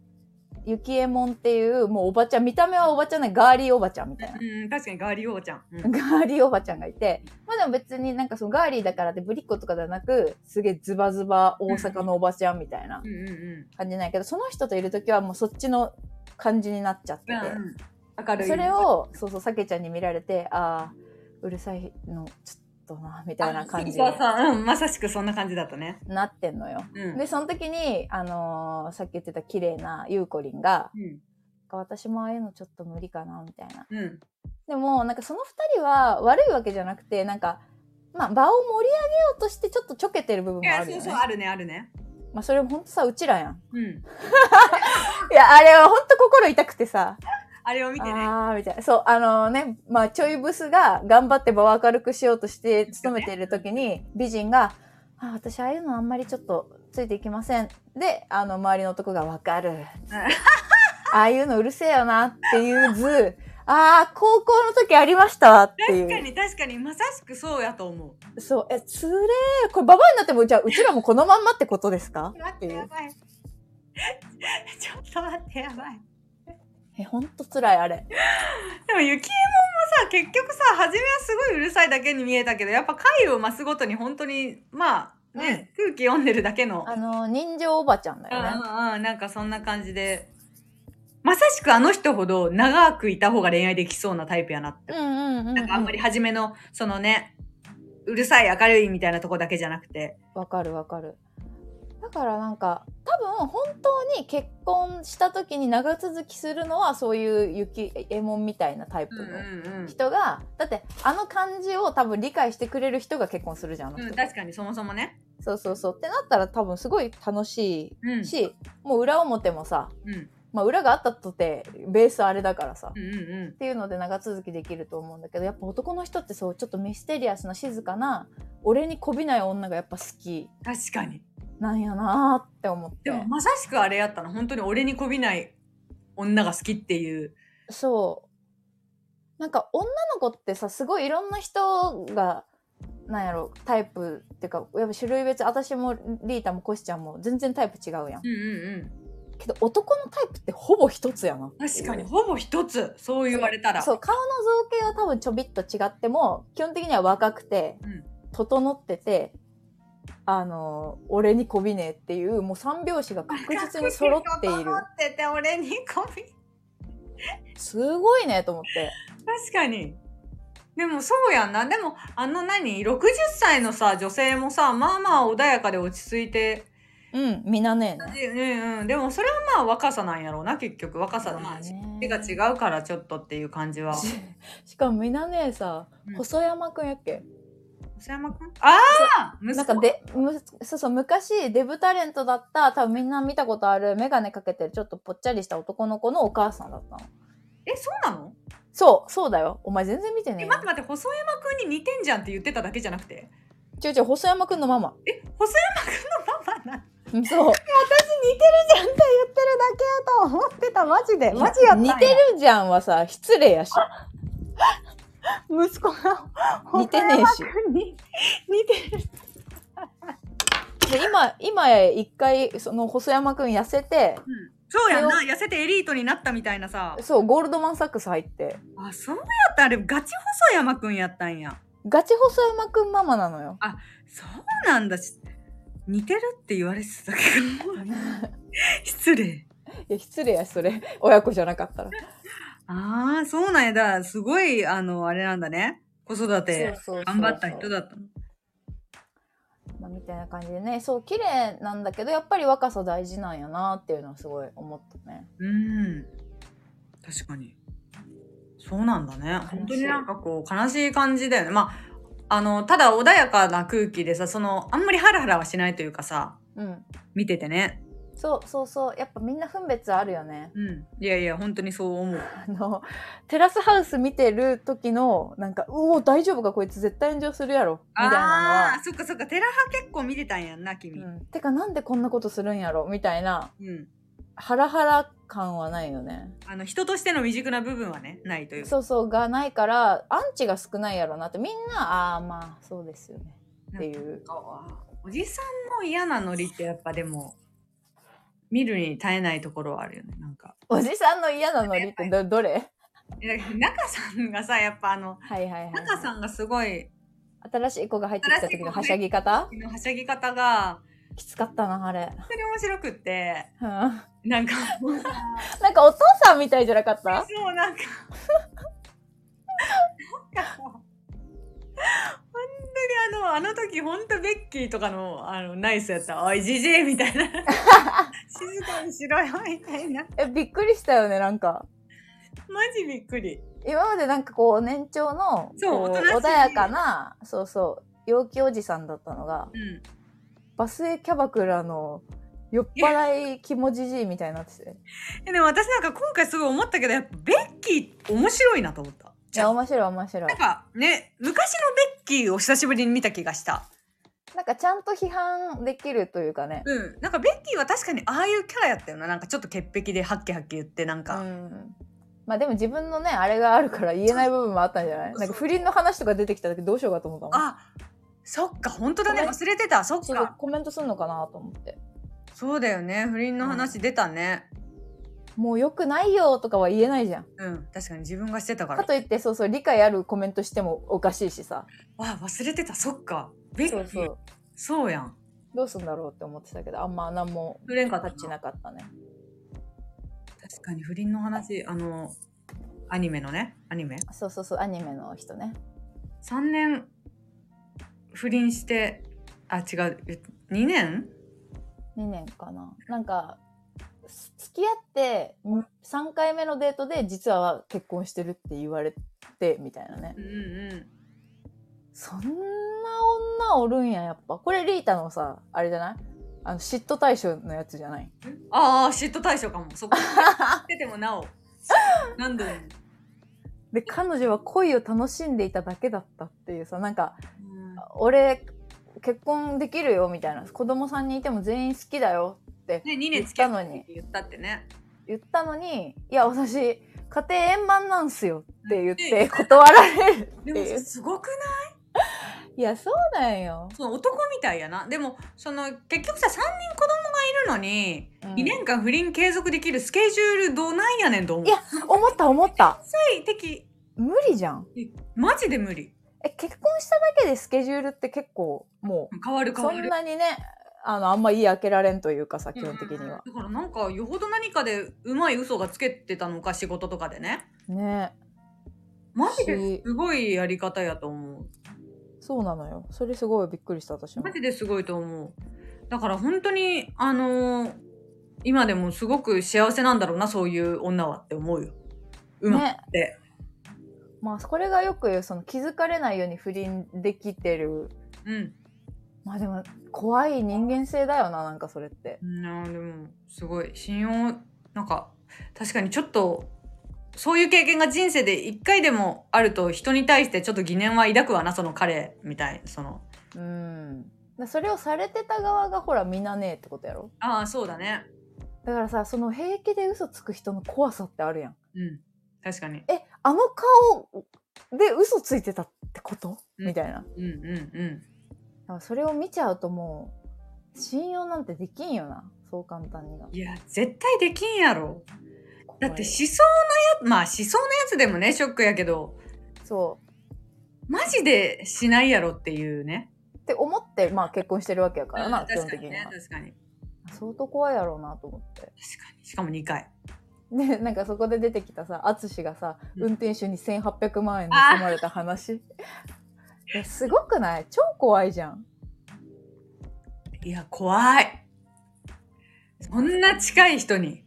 Speaker 2: ゆきえもんっていうもうおばちゃん見た目はおばちゃんねガーリーおばちゃんみたいな。
Speaker 1: うん、確かにガーリーおばちゃん。うん。
Speaker 2: ガーリーおばちゃんがいて、まあでも別になんかそのガーリーだからってぶりっ子とかではなく、すげえズバズバ大阪のおばちゃんみたいな
Speaker 1: うんうんう
Speaker 2: 感じないけど、その人といるときはもうそっちの感じになっちゃって
Speaker 1: ん。
Speaker 2: て、
Speaker 1: うん明るい。
Speaker 2: それを、そうそう、さけちゃんに見られて、ああ、うるさいの、ちょっとな、みたいな感じに
Speaker 1: そうそう、うん、まさしくそんな感じだったね。
Speaker 2: なってんのよ。
Speaker 1: うん。
Speaker 2: で、その時に、あのーさっき言ってた綺麗なゆうこりんが、
Speaker 1: うん。
Speaker 2: 私もああいうのちょっと無理かな、みたいな。
Speaker 1: うん。
Speaker 2: でも、なんかその二人は悪いわけじゃなくて、なんか、まあ、場を盛り上げようとしてちょっとちょけてる部分
Speaker 1: い
Speaker 2: も
Speaker 1: や、
Speaker 2: ある
Speaker 1: そ
Speaker 2: よ
Speaker 1: う
Speaker 2: ね。
Speaker 1: そう、あるね、あるね。
Speaker 2: まあ、それもほんとさ、うちらやん。
Speaker 1: うん。
Speaker 2: いや、あれはほんと心痛くてさ、
Speaker 1: あれを見てね。
Speaker 2: あー、みたいな。そう、あのね、まあ、ちょいブスが頑張って場を明るくしようとして勤めている時に、美人が、あ、私ああいうのあんまりちょっとついていきません。で、あの、周りの男がわかる。ああいうのうるせえよなっていう図、ああ、高校の時ありましたわっていう。
Speaker 1: 確かに、確かに、まさしくそうやと思う。
Speaker 2: そう、え、つれー、これ、ババアになっても、じゃあ、うちらもこのまんまってことですか
Speaker 1: 待って、やばい。 ちょっと待って、やばい。
Speaker 2: え、ほんと辛い、あれ。
Speaker 1: でも、ゆきえもんもさ、結局さ、初めはすごいうるさいだけに見えたけど、やっぱ回を増すごとに、本当に、まあ、ね、空気読んでるだけの。
Speaker 2: あの、人情おばちゃんだ
Speaker 1: うん
Speaker 2: よね。
Speaker 1: うんうん、なんかそんな感じで。まさしくあの人ほど長くいた方が恋愛できそうなタイプやなって
Speaker 2: うんうんうん、う
Speaker 1: なんかあんまり
Speaker 2: ん。
Speaker 1: 初めの、そのね、うるさい、明るいみたいなとこだけじゃなくて。
Speaker 2: わかるわかる。だからなんか、多分、本当に結婚した時に長続きするのは、そういう雪、えもんみたいなタイプの
Speaker 1: ん
Speaker 2: 人が、だって、あの感じを多分理解してくれる人が結婚するじゃん、あの
Speaker 1: う
Speaker 2: 人。
Speaker 1: ん、確かにそもそもね。
Speaker 2: そうそうそう。ってなったら、多分、すごい楽し
Speaker 1: うん。う
Speaker 2: いし、もう裏表もさ、
Speaker 1: ん。
Speaker 2: まあ、裏があったとてベースあれだからさ、
Speaker 1: うんうん
Speaker 2: っていうので長続きできると思うんだけどやっぱ男の人ってそうちょっとミステリアスな静かな俺に媚びない女がやっぱ好き
Speaker 1: 確かに。
Speaker 2: なんやなーって思っ
Speaker 1: で
Speaker 2: て
Speaker 1: もまさしくあれやったの。本当に俺に媚びない女が好きっていう。
Speaker 2: そうなんか女の子ってさすごいいろんな人がなんやろタイプっていうかやっぱ種類別私もリータもコシちゃんも全然タイプ違うやん
Speaker 1: うんうん
Speaker 2: けど男のタイプってほぼ一つやな
Speaker 1: うん。確かに、ほぼ一つ。そう言われたら。
Speaker 2: そう顔の造形は多分ちょびっと違っても基本的には若くて、
Speaker 1: うん
Speaker 2: 整っててあのー俺にこびねえっていうもう三拍子が確実に揃ってい る
Speaker 1: 揃ってて俺に媚び。
Speaker 2: すごいねと思って
Speaker 1: 確かに。でもそうやんな。でもあの何 ?60 歳のさ、女性もさ、まあまあ穏やかで落ち着いて
Speaker 2: うんみなねえね
Speaker 1: でうんうん、でもそれはまあ若さなんやろうな結局若さ、まあ、手が
Speaker 2: う
Speaker 1: 違うからちょっとっていう感じは
Speaker 2: ししかもみなねえさ
Speaker 1: うん
Speaker 2: 細山くんやっけ、
Speaker 1: 細山くんああ息子
Speaker 2: なんかでむそうそう昔デブタレントだった多分みんな見たことある眼鏡かけてるちょっとぽっちゃりした男の子のお母さんだったの
Speaker 1: えそうなの
Speaker 2: そうそうだよお前全然見てね
Speaker 1: え
Speaker 2: えよ
Speaker 1: 待って待って細山くんに似てんじゃんって言ってただけじゃなくて
Speaker 2: ちょいちょい細山くんのママ
Speaker 1: え細山くんのママな
Speaker 2: う んそう
Speaker 1: 似てるじゃんって言ってるだけやと思ってたマジで
Speaker 2: 似てるじゃんはさ失礼やし
Speaker 1: 息子が
Speaker 2: 似てねえし
Speaker 1: 似てる
Speaker 2: で今今一回その細山くん痩せて
Speaker 1: そうやんな痩せてエリートになったみたいなさ
Speaker 2: そうゴールドマン・サックス入って
Speaker 1: あそうやったあれガチ細山くんやったんや
Speaker 2: ガチ細山くんママなのよ
Speaker 1: そうなんだし似てるって言われてたけど 失礼
Speaker 2: いや失礼やしそれ 親子じゃなかったら
Speaker 1: ああそうなんやだからすごいあのあれなんだね子育て
Speaker 2: そうそうそう
Speaker 1: 頑張った人だったの
Speaker 2: まあみたいな感じでねそう綺麗なんだけどやっぱり若さ大事なんやなっていうのはすごい思ったね
Speaker 1: うん確かに。そうなんだね。本当になんかこう、悲しい感じだよね。まあ、あの、ただ穏やかな空気でさ、その、あんまりハラハラはしないというかさ、
Speaker 2: うん、
Speaker 1: 見ててね。
Speaker 2: そうそうそうやっぱみんな分別あるよね
Speaker 1: うん。いやいや、本当にそう思う。
Speaker 2: あのテラスハウス見てる時のなんか「うお大丈夫かこいつ絶対炎上するやろ」みたい
Speaker 1: あ
Speaker 2: な
Speaker 1: あー、そっかそっか。寺派結構見てたんやんな、君。
Speaker 2: の
Speaker 1: うん。
Speaker 2: は、うん、てかなんでこんなことするんやろみたいなハラハラ感はないよね
Speaker 1: あの、人としての未熟な部分はね、ないというか。
Speaker 2: そうそうがないからアンチが少ないやろなってみんなああまあそうですよねっていう
Speaker 1: おじさんの嫌なノリってやっぱでも、見るに耐えないところはあるよね、なんか。
Speaker 2: おじさんの嫌なノリってどどれ
Speaker 1: いや中さんがさ、やっぱあの、
Speaker 2: はいはいはい、
Speaker 1: 中さんがすごい、
Speaker 2: 新しい子が入ってきた時のはしゃぎ方
Speaker 1: のはしゃぎ方が
Speaker 2: きつかったなあれ、
Speaker 1: 本当に面白くって
Speaker 2: うん、なん
Speaker 1: なんか
Speaker 2: かお父さんみたいじゃなか った
Speaker 1: そうなんかなんかもう本当にあのあの時本当ベッキーとかのあのナイスやった「おいじじい」みたい な「静かにしろよ」みたいな
Speaker 2: えびっくりしたよねなんか
Speaker 1: マジびっくり
Speaker 2: 今までなんかこう年長の
Speaker 1: そう
Speaker 2: こ
Speaker 1: おとなしい
Speaker 2: 穏やかなそうそう陽気おじさんだったのが
Speaker 1: うん
Speaker 2: バスへキャバクラの酔っ払い肝じじいみたいになってて
Speaker 1: えでも私なんか今回すごい思ったけどやっぱベッキー面白いなと思った
Speaker 2: いや面白い面白い
Speaker 1: なんかね昔のベッキーを久しぶりに見た気がした
Speaker 2: なんかちゃんと批判できるというかね
Speaker 1: うん、なんかベッキーは確かにああいうキャラやったよななんかちょっと潔癖でハッキハッキ言ってなん
Speaker 2: う
Speaker 1: か、
Speaker 2: んまあでも自分のねあれがあるから言えない部分もあったんじゃないなんか不倫の話とか出てきた時どうしようかと思ったもん
Speaker 1: あそっか本当だね
Speaker 2: ごめん
Speaker 1: 忘れてたそっ
Speaker 2: ちょっと
Speaker 1: か
Speaker 2: コメントすんのかなと思って
Speaker 1: そうだよね不倫の話出たね
Speaker 2: もう良くないよとかは言えないじゃん
Speaker 1: うん、確かに自分がしてたか
Speaker 2: からといってそうそう理解あるコメントしてもおかしいしさ
Speaker 1: あ忘れてたそっかベッキー
Speaker 2: そ
Speaker 1: そうう
Speaker 2: そう
Speaker 1: やん
Speaker 2: どうすんだろうって思ってたけどあんま何も
Speaker 1: 触れん
Speaker 2: タ
Speaker 1: かった
Speaker 2: ッチ
Speaker 1: な
Speaker 2: なかったね
Speaker 1: 確かに不倫の話あのアニメのねアニメ
Speaker 2: そうそうそうアニメの人ね
Speaker 1: 3年不倫してあ違う2年
Speaker 2: 2年かななんかす付き合って3回目のデートで実は結婚してるって言われてみたいなね
Speaker 1: うんうん
Speaker 2: そんな女おるんややっぱこれリータのさあれじゃないあの嫉妬対象のやつじゃない
Speaker 1: ああ嫉妬対象かもそこ知っててもなおなんでだろう
Speaker 2: で彼女は恋を楽しんでいただけだったっていうさなんか
Speaker 1: うん
Speaker 2: 俺結婚できるよみたいな子供さんにいても全員好きだよ
Speaker 1: ね、2
Speaker 2: 言
Speaker 1: 年
Speaker 2: っ
Speaker 1: 付き合
Speaker 2: た
Speaker 1: った
Speaker 2: のに
Speaker 1: って言ったってね。
Speaker 2: 言ったのに「いや私家庭円満なんすよ」って言って断られる
Speaker 1: で
Speaker 2: ってい
Speaker 1: も
Speaker 2: う
Speaker 1: すごくない
Speaker 2: いやそうなんよ、
Speaker 1: その男みたいやな。でもその結局さ3人子供がいるのに
Speaker 2: うん
Speaker 1: 2年間不倫継続できるスケジュールどうなんやねんと思う。
Speaker 2: いや思った思った
Speaker 1: 最適
Speaker 2: 無理じゃん
Speaker 1: マジで無理。
Speaker 2: え結婚しただけでスケジュールって結構も
Speaker 1: 変わる
Speaker 2: う
Speaker 1: 変
Speaker 2: そ
Speaker 1: わ
Speaker 2: ん
Speaker 1: る。
Speaker 2: なにねあのあんま言い開けられんというかさ基本的
Speaker 1: うん
Speaker 2: に
Speaker 1: うんうん
Speaker 2: は、
Speaker 1: だからなんかよほど何かでうまい嘘がつけてたのか仕事とかでね。
Speaker 2: ね
Speaker 1: マジですごいやり方やと思う。
Speaker 2: そうなのよそれすごいびっくりした私も
Speaker 1: マジですごいと思う。だから本当にあのー今でもすごく幸せなんだろうなそういう女はって思うよ。うまく
Speaker 2: ね
Speaker 1: て。
Speaker 2: まあこれがよく言うその気づかれないように不倫できてる
Speaker 1: うん。
Speaker 2: まあでも怖い人間性だよななんかそれって
Speaker 1: なあでもすごい信用なんか確かにちょっとそういう経験が人生で一回でもあると人に対してちょっと疑念は抱くわなその彼みたいその
Speaker 2: うんだそれをされてた側がほら見なねえってことやろ
Speaker 1: ああそうだね
Speaker 2: だからさその平気で嘘つく人の怖さってあるやん
Speaker 1: うん確かに
Speaker 2: えあの顔で嘘ついてたってこと
Speaker 1: うん
Speaker 2: みたいなだ
Speaker 1: うんうんうん
Speaker 2: からそれを見ちゃうともう信用なんてできんよなそう簡単にはい
Speaker 1: や絶対できんやろだって
Speaker 2: 怖い
Speaker 1: 思想なやまあ思想のやつでもねショックやけど
Speaker 2: そう
Speaker 1: マジでしないやろっていうね
Speaker 2: って思ってまあ結婚してるわけやからな、
Speaker 1: うん
Speaker 2: 基本
Speaker 1: 確か
Speaker 2: 的
Speaker 1: に
Speaker 2: に
Speaker 1: ね
Speaker 2: は
Speaker 1: 確かに確
Speaker 2: 相当怖いやろうなと思って
Speaker 1: かにしかも2回
Speaker 2: ね、なんかそこで出てきたさ淳がさ
Speaker 1: うん
Speaker 2: 運転手に1800万円盗まれた話 いやすごくない超怖いじゃん
Speaker 1: いや怖いそんな近い人に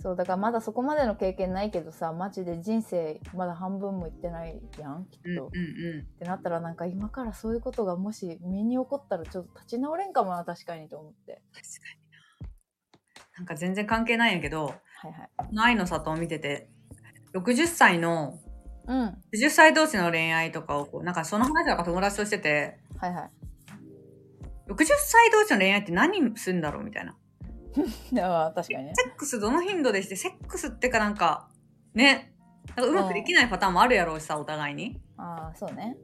Speaker 2: そうだからまだそこまでの経験ないけどさマジで人生まだ半分もいってないやんきっと、
Speaker 1: うんうんう
Speaker 2: っ
Speaker 1: ん
Speaker 2: てなったらなんか今からそういうことがもし身に起こったらちょっと立ち直れんかもな確かにと思って
Speaker 1: 確かにななんか全然関係ないんやけど
Speaker 2: はいはい
Speaker 1: この愛の里を見てて60歳の
Speaker 2: うんは
Speaker 1: 60歳同士の恋愛とかをこうなんかその話とか友達としてて
Speaker 2: いは
Speaker 1: 60歳同士の恋愛って何するんだろうみたいない
Speaker 2: だから確かにね
Speaker 1: セックスどの頻度でしてセックスってかなんかねなんかうまくできないパターンもあるやろうしさお互いに、
Speaker 2: ああそうね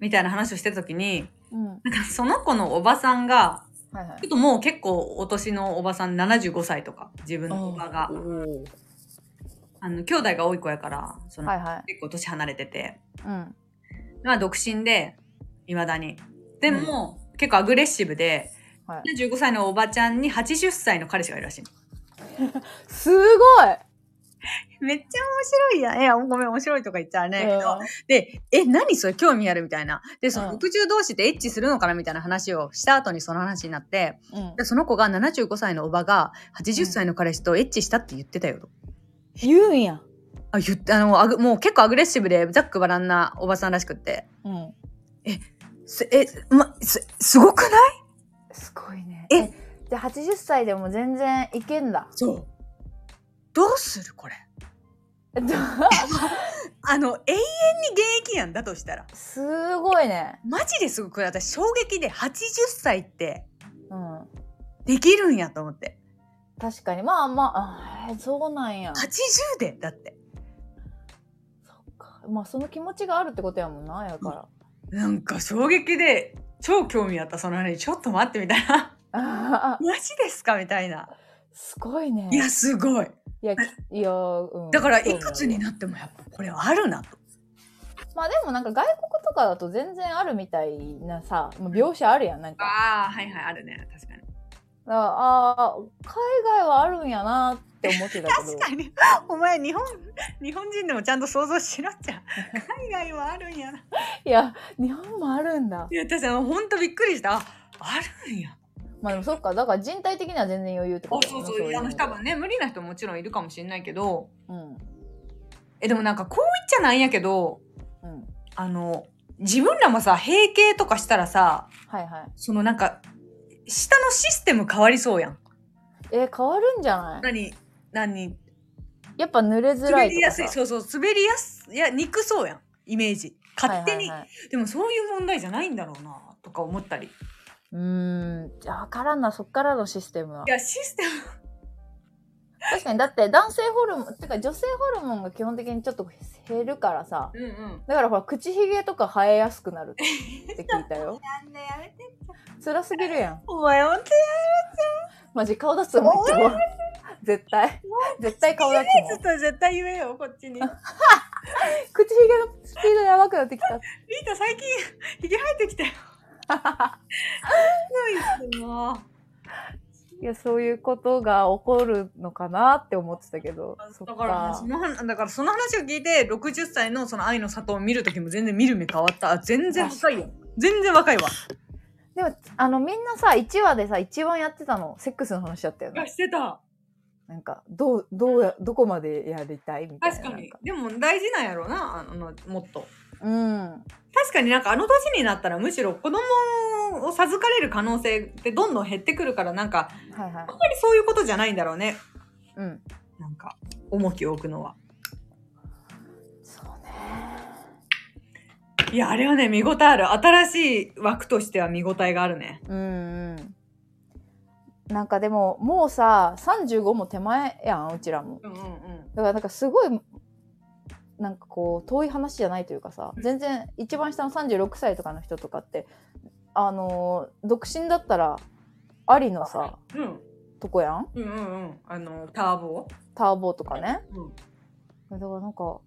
Speaker 1: みたいな話をしてた時に
Speaker 2: うんは
Speaker 1: なんかその子のおばさんが
Speaker 2: いはい
Speaker 1: ちょっともう結構お年のおばさん75歳とか自分のおばが
Speaker 2: おー
Speaker 1: あの兄弟が多い子やからその、
Speaker 2: はいはい
Speaker 1: 結構年離れてて
Speaker 2: うん
Speaker 1: まあ独身でいまだにでも、結構アグレッシブで
Speaker 2: はい
Speaker 1: 75歳のおばちゃんに80歳の彼氏がいるらしいの
Speaker 2: すごい、
Speaker 1: めっちゃ面白いやんいやごめん面白いとか言っちゃうね、けど
Speaker 2: うん
Speaker 1: で、え、何それ興味あるみたいな。で、その
Speaker 2: うん
Speaker 1: 60同士ってエッチするのかなみたいな話をした後にその話になって、
Speaker 2: うん
Speaker 1: でその子が75歳のおばが80歳の彼氏とエッチしたって言ってたよと。
Speaker 2: 言うんや
Speaker 1: あ、言って、あの、あぐもう結構アグレッシブでザックバランなおばさんらしくって。
Speaker 2: うん
Speaker 1: すえ、ま、す、すごくない
Speaker 2: すごいね
Speaker 1: え
Speaker 2: じゃあ80歳でも全然いけんだ
Speaker 1: そう。どうするこれ。あの、永遠に現役やんだとしたら。
Speaker 2: すごいね
Speaker 1: マジですごくない私衝撃で80歳って
Speaker 2: うん
Speaker 1: できるんやと思って。
Speaker 2: 確かにまあまああーそうなんや
Speaker 1: 80でだって。
Speaker 2: そっかまあその気持ちがあるってことやもんなやか
Speaker 1: なんか衝撃で超興味あったその話ちょっと待ってみたいな マ
Speaker 2: ら、
Speaker 1: ジですかみたいな
Speaker 2: すごいね
Speaker 1: いやすごい
Speaker 2: いやきいや、うん、
Speaker 1: だから
Speaker 2: 興味あ
Speaker 1: い
Speaker 2: る
Speaker 1: くつになってもやっぱこれあるなと
Speaker 2: まあでもなんか外国とかだと全然あるみたいなさもう描写あるやんなんか
Speaker 1: ああはいはいあるね確かに
Speaker 2: だからあー海外はあるんやなって思ってたけど
Speaker 1: 確かにお前日本日本人でもちゃんと想像しろっちゃ海外はあるんやない
Speaker 2: や日本もあるんだ
Speaker 1: いや確かにほんとびっくりしたああるんやあ
Speaker 2: まあでもそっかだから人体的には全然余裕ってこと
Speaker 1: そう
Speaker 2: だ
Speaker 1: そう
Speaker 2: よ
Speaker 1: あ
Speaker 2: ね
Speaker 1: の多分ね無理な人ももちろんいるかもしれないけど
Speaker 2: うん
Speaker 1: えでもなんかこう言っちゃないんやけど
Speaker 2: うん
Speaker 1: あの自分らもさ閉経とかしたらさ
Speaker 2: はいはい
Speaker 1: そのなんか、下のシステム変わりそうやん。
Speaker 2: えー変わるんじゃない
Speaker 1: 何何
Speaker 2: やっぱ濡れづら
Speaker 1: 滑
Speaker 2: い
Speaker 1: り
Speaker 2: と
Speaker 1: や
Speaker 2: か
Speaker 1: す
Speaker 2: さ
Speaker 1: い。そうそう、滑りやす、いや、憎そうやん。イメージ。勝手に。
Speaker 2: はいはいはい
Speaker 1: でもそういう問題じゃないんだろうな、とか思ったり。いう
Speaker 2: ーんじゃあ分からんなそっからのシステムは
Speaker 1: や、システム、
Speaker 2: 確かにだって男性ホルモンってか女性ホルモンが基本的にちょっと減るからさ
Speaker 1: うんうん。
Speaker 2: だからほら口ひげとか生えやすくなるって聞いた よ
Speaker 1: なんだ、やめて。
Speaker 2: 辛すぎるやん
Speaker 1: お前、ほんと
Speaker 2: マジ顔出すもんい つも絶対絶対顔出す
Speaker 1: ち
Speaker 2: も
Speaker 1: ょ
Speaker 2: ん
Speaker 1: っと絶対言えよ、こっち に。リー
Speaker 2: 口ひげのスピードやばくなってきた
Speaker 1: タ、最近、ひげ生えてきたよ。すごいっすもう。
Speaker 2: いやそういうことが起こるのかなって思ってたけどそっ
Speaker 1: だから、
Speaker 2: か
Speaker 1: その話、だからその話を聞いて、60歳のその愛の里を見るときも全然見る目変わった。あ全然若いよ。全然若いわ。
Speaker 2: でもあのみんなさ1話でさ一番やってたのセックスの話だったよね
Speaker 1: あしてた。
Speaker 2: なんかどうどうやどこまでやりたいみたいな
Speaker 1: 確かに
Speaker 2: なん
Speaker 1: でも大事なんやろうなあのもっと
Speaker 2: うん
Speaker 1: 確かになんかあの年になったらむしろ子供を授かれる可能性ってどんどん減ってくるからなんか
Speaker 2: はいは
Speaker 1: あ
Speaker 2: い
Speaker 1: んまりそういうことじゃないんだろうね
Speaker 2: うん
Speaker 1: なんか重きを置くのは
Speaker 2: そうね
Speaker 1: いやあれはね見応えある新しい枠としては見応えがあるね
Speaker 2: うんうんなんかでももうさ35も手前やんうちらも
Speaker 1: うんうんうん
Speaker 2: だからなんかすごいなんかこう遠い話じゃないというかさ全然一番下の36歳とかの人とかってあのー独身だったらありのさ
Speaker 1: うん
Speaker 2: とこやん
Speaker 1: うんうんうんあのターボ
Speaker 2: ターボとかね
Speaker 1: うん
Speaker 2: だからなんか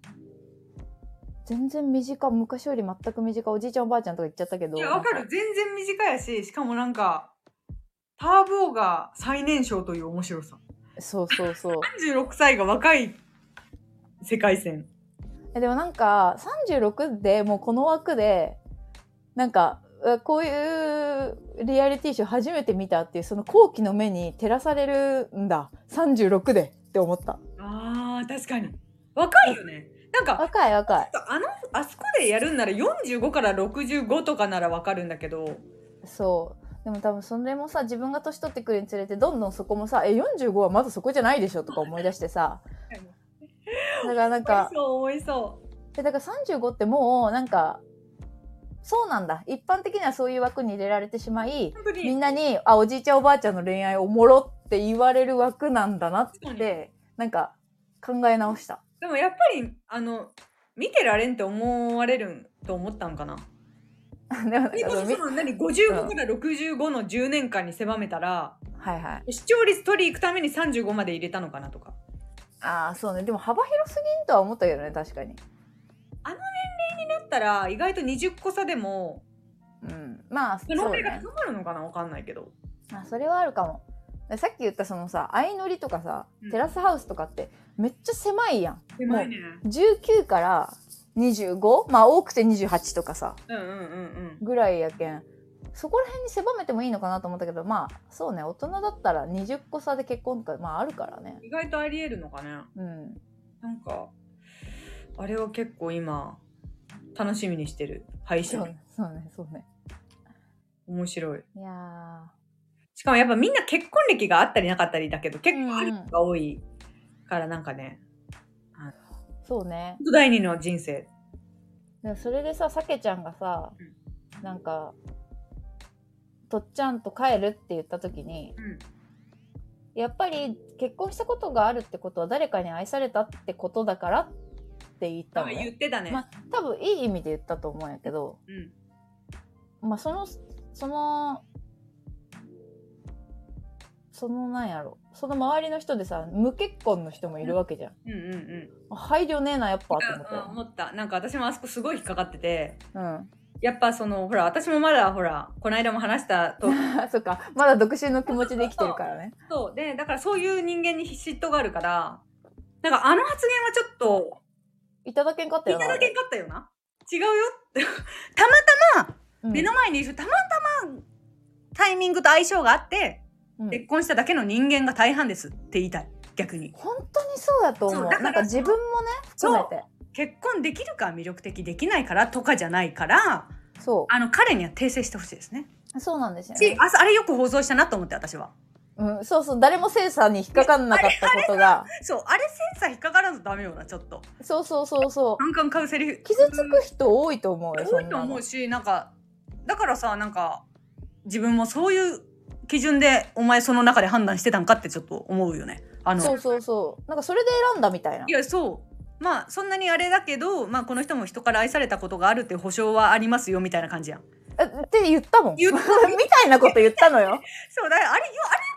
Speaker 2: 全然身近昔より全く身近おじいちゃんおばあちゃんとか言っちゃったけど
Speaker 1: いやわか
Speaker 2: なん
Speaker 1: る全然短いししかもなんかターボが最年少という面白さ
Speaker 2: そうそうそう
Speaker 1: 36歳が若い世界線
Speaker 2: えでもなんか36でもうこの枠でなんかうわこういうリアリティショー初めて見たっていうその後期の目に照らされるんだ36でって思った
Speaker 1: あー確かに若いよねなんか
Speaker 2: 若い若い
Speaker 1: あのあそこでやるんなら45から65とかならわかるんだけど
Speaker 2: そうでも多分それもさ自分が年取ってくるにつれてどんどんそこもさ「え45はまだそこじゃないでしょ」とか思い出してさだからなんか
Speaker 1: そう思いそ
Speaker 2: えだから35ってもうなんかそうなんだ一般的にはそういう枠に入れられてしまいう
Speaker 1: 本当に
Speaker 2: みんなに「あおじいちゃんおばあちゃんの恋愛おもろ」って言われる枠なんだなっ
Speaker 1: 確か
Speaker 2: てなんか考え直した
Speaker 1: でもやっぱりあの見てられんって思われるんと思ったんかな。
Speaker 2: でもなん
Speaker 1: それ
Speaker 2: か
Speaker 1: こそ
Speaker 2: その
Speaker 1: その
Speaker 2: み
Speaker 1: 何55から65の10年間に狭めたら、
Speaker 2: はいはい
Speaker 1: 視聴率取り行くために35まで入れたのかなとか。
Speaker 2: ああそうねでも幅広すぎんとは思ったけどね確かに
Speaker 1: だったら意外と20個差でも
Speaker 2: うんまあそ
Speaker 1: その
Speaker 2: う
Speaker 1: 目が
Speaker 2: ね
Speaker 1: 高まるのかなわかんないけど。
Speaker 2: あそれはあるかもでさっき言ったそのさ相乗りとかさ
Speaker 1: うん
Speaker 2: テラスハウスとかってめっちゃ狭いやん
Speaker 1: 狭いね。
Speaker 2: 19から25まあ多くて28とかさ
Speaker 1: うんうんうんうん。
Speaker 2: ぐらいやけんそこら辺に狭めてもいいのかなと思ったけどまあそうね大人だったら20個差で結婚とかまああるからね
Speaker 1: 意外とありえるのかね。
Speaker 2: うん
Speaker 1: なんかあれは結構今楽しみにしてる配信
Speaker 2: そう。ねそうねそうね
Speaker 1: 面白い。
Speaker 2: いや
Speaker 1: しかもやっぱみんな結婚歴があったりなかったりだけど結構ある人が多いからなんかね、
Speaker 2: ーそうね
Speaker 1: 本当第二の人生
Speaker 2: でもそれでささけちゃんがさ
Speaker 1: うん
Speaker 2: なんかとっちゃんと帰るって言った時に
Speaker 1: うん
Speaker 2: やっぱり結婚したことがあるってことは誰かに愛されたってことだからって言った
Speaker 1: 多
Speaker 2: の
Speaker 1: 分言っ
Speaker 2: ね
Speaker 1: てたね、
Speaker 2: ま多分いい意味で言ったと思うんやけど
Speaker 1: うん
Speaker 2: まあ、その、その、そのなんやろ。その周りの人でさ、無結婚の人もいるわけじゃん。
Speaker 1: うんうんうん
Speaker 2: 配慮ねえな、やっぱ、と思った
Speaker 1: あ
Speaker 2: よ。
Speaker 1: 思ったなんか私もあそこすごい引っかかってて
Speaker 2: うん。
Speaker 1: やっぱそのほら私もまだほらこの間も話した と
Speaker 2: そっか。まだ独身の気持ちで生きてるからね。
Speaker 1: そうでだからそういう人間に嫉妬があるからなんかあの発言はちょっと
Speaker 2: いただけんかった
Speaker 1: み
Speaker 2: よ
Speaker 1: ん
Speaker 2: な。
Speaker 1: なだけんかったよな違うよって
Speaker 2: うん
Speaker 1: 目の前にいるたまたまタイミングと相性があって
Speaker 2: うん
Speaker 1: 結婚しただけの人間が大半ですって言いたい逆に
Speaker 2: 本当にそうだと思う。
Speaker 1: そうだから
Speaker 2: なんか自分もね、含めて。
Speaker 1: 結婚できるか魅力的できないからとかじゃないから
Speaker 2: そ
Speaker 1: あの彼には訂正してほしいですね
Speaker 2: う。そうなんですよ
Speaker 1: し
Speaker 2: ね。
Speaker 1: ああれよく放送したなと思って私は
Speaker 2: うん、そうそう。誰も精査に引っかかんなかったことが。
Speaker 1: そうあれセンサー引っかからんとダメよなちょっと
Speaker 2: そうそうそうそ
Speaker 1: カンカン買うセリフ
Speaker 2: う。傷つく人多いと思うよ、そ
Speaker 1: 多
Speaker 2: ん
Speaker 1: いと
Speaker 2: な
Speaker 1: 思
Speaker 2: の
Speaker 1: う。しなんかだからさなんか自分もそういう基準でお前その中で判断してたんかってちょっと思うよねあの。
Speaker 2: そうそうそう。なんかそれで選んだみたいない
Speaker 1: やそうまあそんなにあれだけど、まあ、この人も人から愛されたことがあるっていう保証はありますよみたいな感じやん
Speaker 2: えって言ったもん。
Speaker 1: 言っ
Speaker 2: みたいなこと言ったのよ。
Speaker 1: そうだからあれよ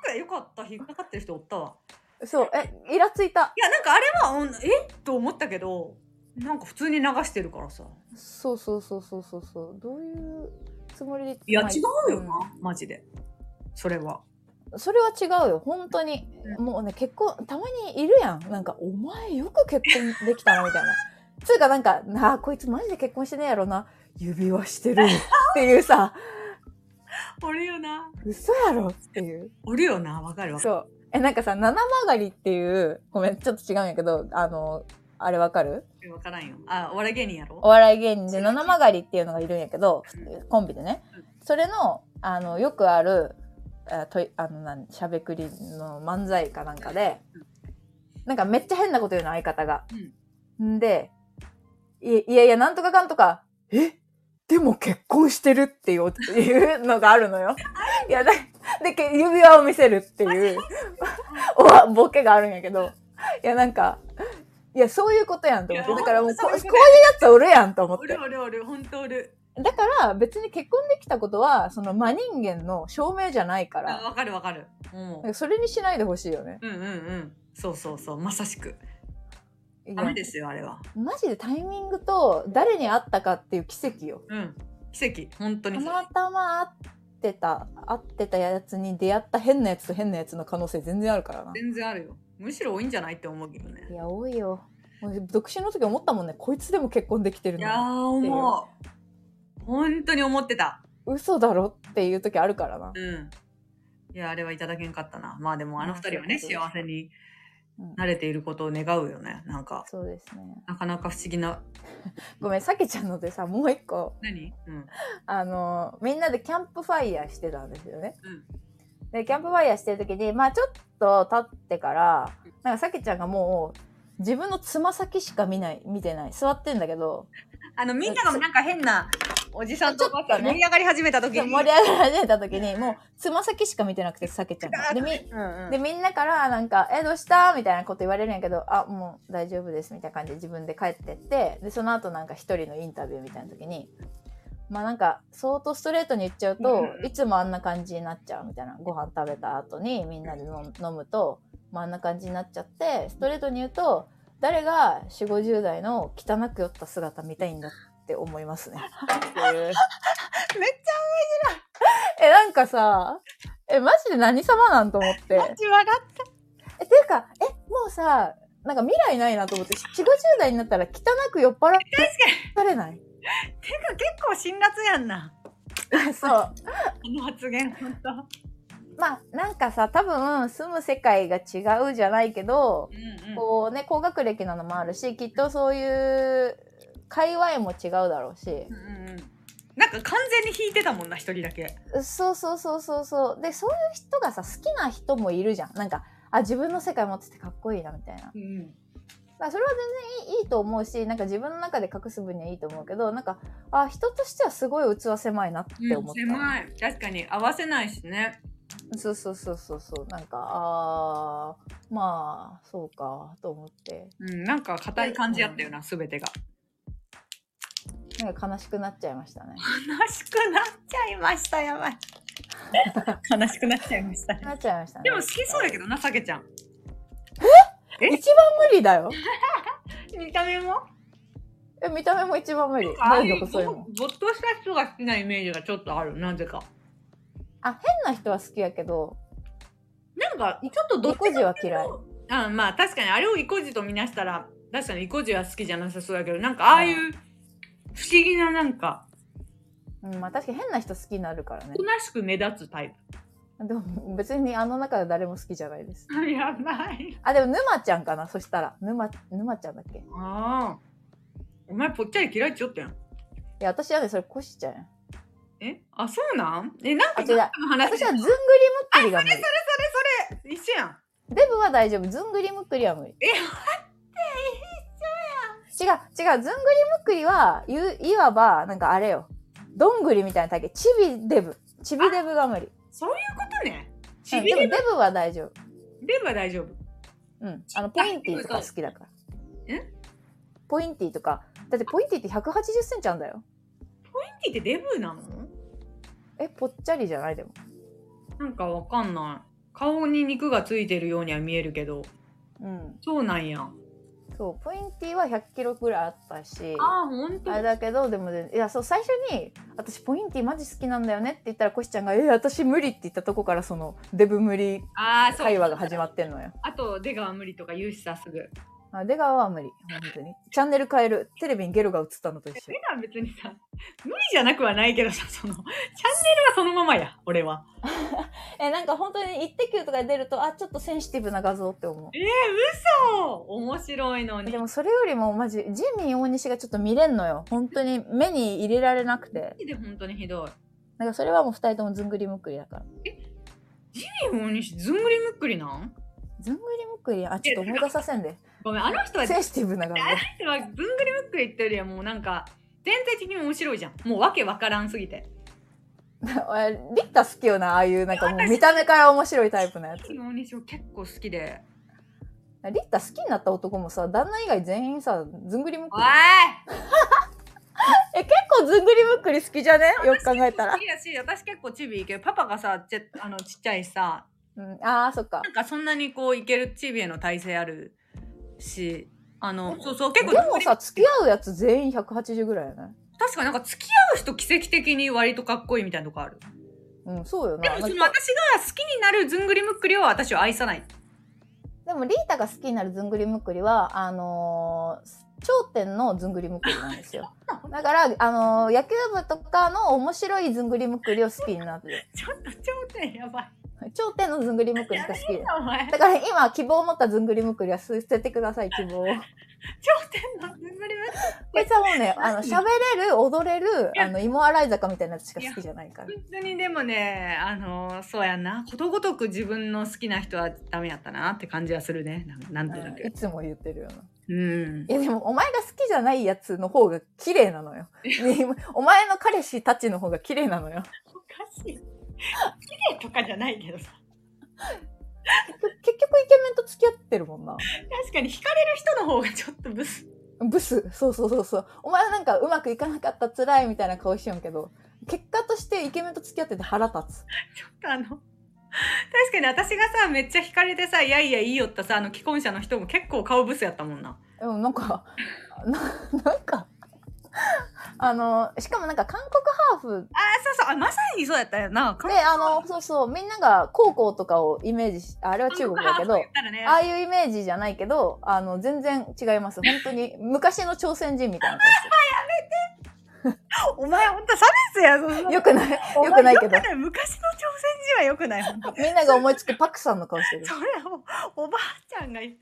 Speaker 1: あれよくよかった引っかかってる人おったわ
Speaker 2: そう、え、イラついた。
Speaker 1: いやなんかあれはうんえと思ったけどなんか普通に流してるからさ
Speaker 2: そうそうそうそうそうそう。どういうつもりで。
Speaker 1: いや
Speaker 2: まあ
Speaker 1: 違うよな、。マジでそれは
Speaker 2: うんそれは違うよ。本当に。もうね、結婚、たまにいるやん。なんか、お前よく結婚できたな、み たいな。つうかなんか、なあ、こいつマジで結婚してねえやろな。指輪してる。っていうさ、
Speaker 1: おるよな
Speaker 2: 嘘やろっていう。
Speaker 1: おるよなわかるわかる
Speaker 2: そう。え、なんかさ、七曲がりっていう、ごめん、ちょっと違うんやけど、あの、あれわかる
Speaker 1: わからんよあお笑い芸人やろ
Speaker 2: お笑い芸人で七曲りっていうのがいるんやけどコンビでね
Speaker 1: うん
Speaker 2: それのあのよくあるあといあのなんしゃべくりの漫才かなんかでなんかめっちゃ変なこと言うの相方が。んでいいやいやなんとかかんとか「えでも結婚してる」っていうっていうのがある のよ。いやだでけ指輪を見せるっていうおわボケがあるんやけどいやなんか。いや、そういうことやんと思って。
Speaker 1: いや
Speaker 2: だからもうこ、
Speaker 1: 本
Speaker 2: こ
Speaker 1: 当
Speaker 2: う
Speaker 1: に
Speaker 2: いう
Speaker 1: そういう
Speaker 2: や
Speaker 1: こと
Speaker 2: つおるやんと思っ
Speaker 1: お
Speaker 2: て。
Speaker 1: るおるおるほんとおる
Speaker 2: だから別に結婚できたことはその真人間の証明じゃないか
Speaker 1: あ
Speaker 2: ら
Speaker 1: わかるわかるうん
Speaker 2: なんかそれにしないでほしいよね。
Speaker 1: うんうんうんそうそうそうまさしく
Speaker 2: い
Speaker 1: ダ
Speaker 2: や
Speaker 1: メですよあれは
Speaker 2: マジでタイミングと誰に会ったかっていう奇跡よ。
Speaker 1: うん奇跡本当
Speaker 2: た
Speaker 1: に
Speaker 2: またま会ってた会ってたやつに出会った変なやつと変なやつの可能性全然あるからな。
Speaker 1: 全然あるよむしろ多いんじゃないって思うけどね
Speaker 2: いや多いよ。もう独身の時思ったもんねこいつでも結婚できてる
Speaker 1: い
Speaker 2: の
Speaker 1: やー思う本当に思ってた
Speaker 2: 嘘だろっていう時あるからな。
Speaker 1: うん。いや、あれはいただけんかったな。まあでもあの
Speaker 2: まあ
Speaker 1: 二人はね、
Speaker 2: そういう
Speaker 1: 幸
Speaker 2: ことです
Speaker 1: せに
Speaker 2: うん
Speaker 1: 慣れていることを願うよね。なんか、
Speaker 2: そうですね。
Speaker 1: なかなか不思議な。
Speaker 2: ごめん、さけちゃんのでさ、もう一個、
Speaker 1: 何うん。
Speaker 2: あの、みんなでキャンプファイヤーしてたんですよね。
Speaker 1: うん
Speaker 2: で、キャンプファイヤーしてる時に、まあちょっと経ってから、なんかさけちゃんがもう、自分のつま先しか見ない、見てない。座ってんだけど、
Speaker 1: あの、みんながなんか変なおじさんとおばあさん
Speaker 2: ちょっとね
Speaker 1: 盛り上がり始めた時
Speaker 2: 盛り
Speaker 1: に。
Speaker 2: 上がり始めた時に、もう、つま先しか見てなくて、さけちゃんが。で、み、
Speaker 1: うんうん。
Speaker 2: でみんなからなんか「えどうした?」みたいなこと言われるんやけど「あもう大丈夫です」みたいな感じで自分で帰ってってでその後なんか一人のインタビューみたいな時にまあなんか相当ストレートに言っちゃうと
Speaker 1: うん
Speaker 2: いつもあんな感じになっちゃうみたいなご飯食べた後にみんなで飲む飲むと、まあ、あんな感じになっちゃってストレートに言うと誰が4 5 0代の汚く酔った姿見たいんだって思 いますね。めっちゃ面白いえなんかさえマジで何様なんと思って。
Speaker 1: ち笑っ
Speaker 2: え、ていうか、え、もうさ、なんか未来ないなと思って、4、50代になったら汚く酔っ払って
Speaker 1: 確かに。
Speaker 2: されない
Speaker 1: てか結構辛辣やんな。
Speaker 2: そう。
Speaker 1: あの発言、本当。
Speaker 2: まあ、なんかさ、多分、住む世界が違うじゃないけど、
Speaker 1: うんうん。
Speaker 2: こうね、高学歴なのもあるし、きっとそういう、界隈も違うだろうし
Speaker 1: う。んうん。なんか完全に引いてたもんな、一人だけ。
Speaker 2: そうそうそうそうそう。で、そういう人がさ、好きな人もいるじゃん。なんか、あ、自分の世界持っててかっこいいな、みたいな。
Speaker 1: うん。
Speaker 2: まあ、それは全然いいいいと思うしなんか自分の中で隠す分にはいいと思うけどなんかあ人としてはすごい器狭いなって思った、
Speaker 1: 狭い。確かに合わせないしね。
Speaker 2: そうそうそうそうそうなんかあーまあそうかと思って
Speaker 1: うん、なんか硬い感じやったよな、すべてが。
Speaker 2: なんか悲しくなっちゃいまし たね
Speaker 1: 悲しくなっちゃいました、や ばい。悲しくなっちゃいました。
Speaker 2: なっちゃいましたね
Speaker 1: でも好きそうやけどな、さけちゃん。ど
Speaker 2: 一番無理だよ
Speaker 1: 見た目も
Speaker 2: え見た目も一番無理
Speaker 1: ああ
Speaker 2: なん
Speaker 1: い
Speaker 2: で
Speaker 1: う
Speaker 2: 細い
Speaker 1: ぼ
Speaker 2: もん
Speaker 1: ぼっとした人が好きなイメージがちょっとある、なぜか。
Speaker 2: あ変な人は好きやけど
Speaker 1: なんか、ちょっとどっ
Speaker 2: 意
Speaker 1: ちか
Speaker 2: 固地は嫌い
Speaker 1: あまあ確かにあれを意固地とみなしたら確かに意固地は好きじゃなさそうだけどなんかああいう不思議ななんか
Speaker 2: うん、まあ確かに変な人好きになるからね
Speaker 1: お。となしく目立つタイ
Speaker 2: でも別にあの中で誰も好きじゃないです。
Speaker 1: プ やばい
Speaker 2: あ、でも沼ちゃんかなそしたら。沼、沼ちゃんだっけ
Speaker 1: ああお前ぽっちゃり嫌いっちゃったやん
Speaker 2: いや、私はね、それ、コシちゃんや。
Speaker 1: えあそうなんえなんか
Speaker 2: あ違う
Speaker 1: さっきの話
Speaker 2: 私
Speaker 1: そ
Speaker 2: は
Speaker 1: れ
Speaker 2: ずんぐりむっくりが無理。
Speaker 1: 一緒やん
Speaker 2: デブは大丈夫。ずんぐりむっくりは無理。
Speaker 1: え
Speaker 2: 違う、違う。ずんぐりむっくりは、ゆいわば、なんかあれよ。どんぐりみたいな体型。チビデブ。チビデブが無理。
Speaker 1: そういうことね
Speaker 2: う
Speaker 1: ち
Speaker 2: ん
Speaker 1: び
Speaker 2: でも
Speaker 1: れ
Speaker 2: デブは大丈夫。
Speaker 1: れば大丈夫
Speaker 2: うん。あの、ポインティーとか好きだから。
Speaker 1: んポ
Speaker 2: ポインティーとか。だってポインティーって180センチあんだよ。
Speaker 1: ピンキーってデブなの
Speaker 2: え、ぽっちゃりじゃないでも。
Speaker 1: なんかわかんない顔に肉がついてるようには見えるけど
Speaker 2: うん。
Speaker 1: そうなんや
Speaker 2: そう、ポインティーは100キロぐらいあったし。
Speaker 1: ああほんと
Speaker 2: あれだけどでもねいやそう最初に「私ポインティマジ好きなんだよね」って言ったらコシちゃんが「え私無理」って言ったとこからそのデブ無理
Speaker 1: ああそう
Speaker 2: 会話が始まってんのよ。
Speaker 1: あと出川無理とか言うしさすぐ出
Speaker 2: あ出川は無理本当にチャンネル変えるテレビにゲロが映ったのと一緒
Speaker 1: 川別にさ無理じゃなくはないけどさそのチャンネルはそのままや俺は
Speaker 2: えなんか本当に「イッテ Q!」とかで出るとあちょっとセンシティブな画像って思
Speaker 1: えー、嘘面白いの
Speaker 2: う
Speaker 1: に
Speaker 2: でもそれよりもマジジミー大西がちょっと見れんのよ本当に目に入れられなくて
Speaker 1: で本当にひどい
Speaker 2: なんかそれはもう2人ともずんぐりむっくりだから
Speaker 1: ジミー大西ずんぐりむっくりなん
Speaker 2: ずんぐりむっくりあちょっと思い出さ せんで
Speaker 1: ごめんあの人は
Speaker 2: センシティブな画像
Speaker 1: 人はずんぐりむっくりってよりはもうなんか全体的に面白いじゃんもうわけわからんすぎて
Speaker 2: 俺リッタ好きよなああいうなんかもう見た目から面白いタイプのやつ
Speaker 1: ジミー大西を結構好きで
Speaker 2: リッタ好きになった男もさ旦那以外全員さずんぐりむっく
Speaker 1: おい
Speaker 2: りえ結構ずんぐりむっくり好きじゃねよく考えたら
Speaker 1: 好、きやし私結構チビいけどパパがさちっあのちっちゃいしさ
Speaker 2: うん、あーそっか
Speaker 1: なんかそんなにこういけるチビへの体制あるし、あの、そうそう、
Speaker 2: で
Speaker 1: 結構、
Speaker 2: もさ付き合うやつ全員180ぐらいよね
Speaker 1: 確かなんか付き合う人奇跡的に割とかっこいいみたいなとこある。
Speaker 2: うんそうよ
Speaker 1: で
Speaker 2: な
Speaker 1: もその
Speaker 2: なん
Speaker 1: 私
Speaker 2: か
Speaker 1: が好きになるずんぐりむっくりは私は愛さない。
Speaker 2: ででもリータが好きになるずんぐりむっくりはあのー頂点のずんぐりむっくりなんです よだから、あのー野球部とかの面白いずんぐりむっくりを好きになってる
Speaker 1: ちょっと頂点やばい。
Speaker 2: 頂点のずんぐりむっくりが好きです
Speaker 1: お前。頂
Speaker 2: だから今希望を持ったずんぐりむっくりは捨ててください希 望を
Speaker 1: 点のずんぐりむっく
Speaker 2: こいつはもう ね、あの、
Speaker 1: 何
Speaker 2: 喋れる、踊れる、あの、芋洗い坂みたいなやつしか好きじゃないから。
Speaker 1: り。本当にでもね、あのそうやんな。ことごとく自分の好きな人はダメやったなって感じはするね。なんかなんていう
Speaker 2: うん
Speaker 1: だっけ
Speaker 2: いつも言ってるよな。
Speaker 1: うん。
Speaker 2: いやでも、お前が好きじゃないやつの方が綺麗なのよ。ねお前の彼氏たちの方が綺麗なのよ。
Speaker 1: おかしい。綺麗とかじゃないけどさ。
Speaker 2: 結局結局イケメンと付き合ってるもんな。
Speaker 1: 確かに惹かれる人の方がちょっとブス。
Speaker 2: ブス。そうそうそうそう。お前はなんかうまくいかなかった辛いみたいな顔しよんけど、結果としてイケメンと付き合ってて腹立つ。
Speaker 1: ちょっとあの。確かに私がさめっちゃ惹かれてさ「いやいやいいよ」ったさあの既婚者の人も結構顔ブスやったもんな
Speaker 2: でもなんか、 ななんか、あの、しかもなんか韓国ハーフ
Speaker 1: あそうそうあまさにそうやったよな韓
Speaker 2: で、あの、そうそう、みんなが高校とかをイメージし、あれは中国だけど、
Speaker 1: 言ったらね
Speaker 2: ああいうイメージじゃないけど、あの、全然違います。本当に、昔の朝鮮人みたいな
Speaker 1: お前ほんと差別やそんな
Speaker 2: 顔 し
Speaker 1: の
Speaker 2: て。よくない、 よ
Speaker 1: お前
Speaker 2: くないけど
Speaker 1: よく。ない昔の朝鮮人はよくないほんと
Speaker 2: みんなが思いつくパクさんの顔してる
Speaker 1: そ。れはもうおばあちゃんが確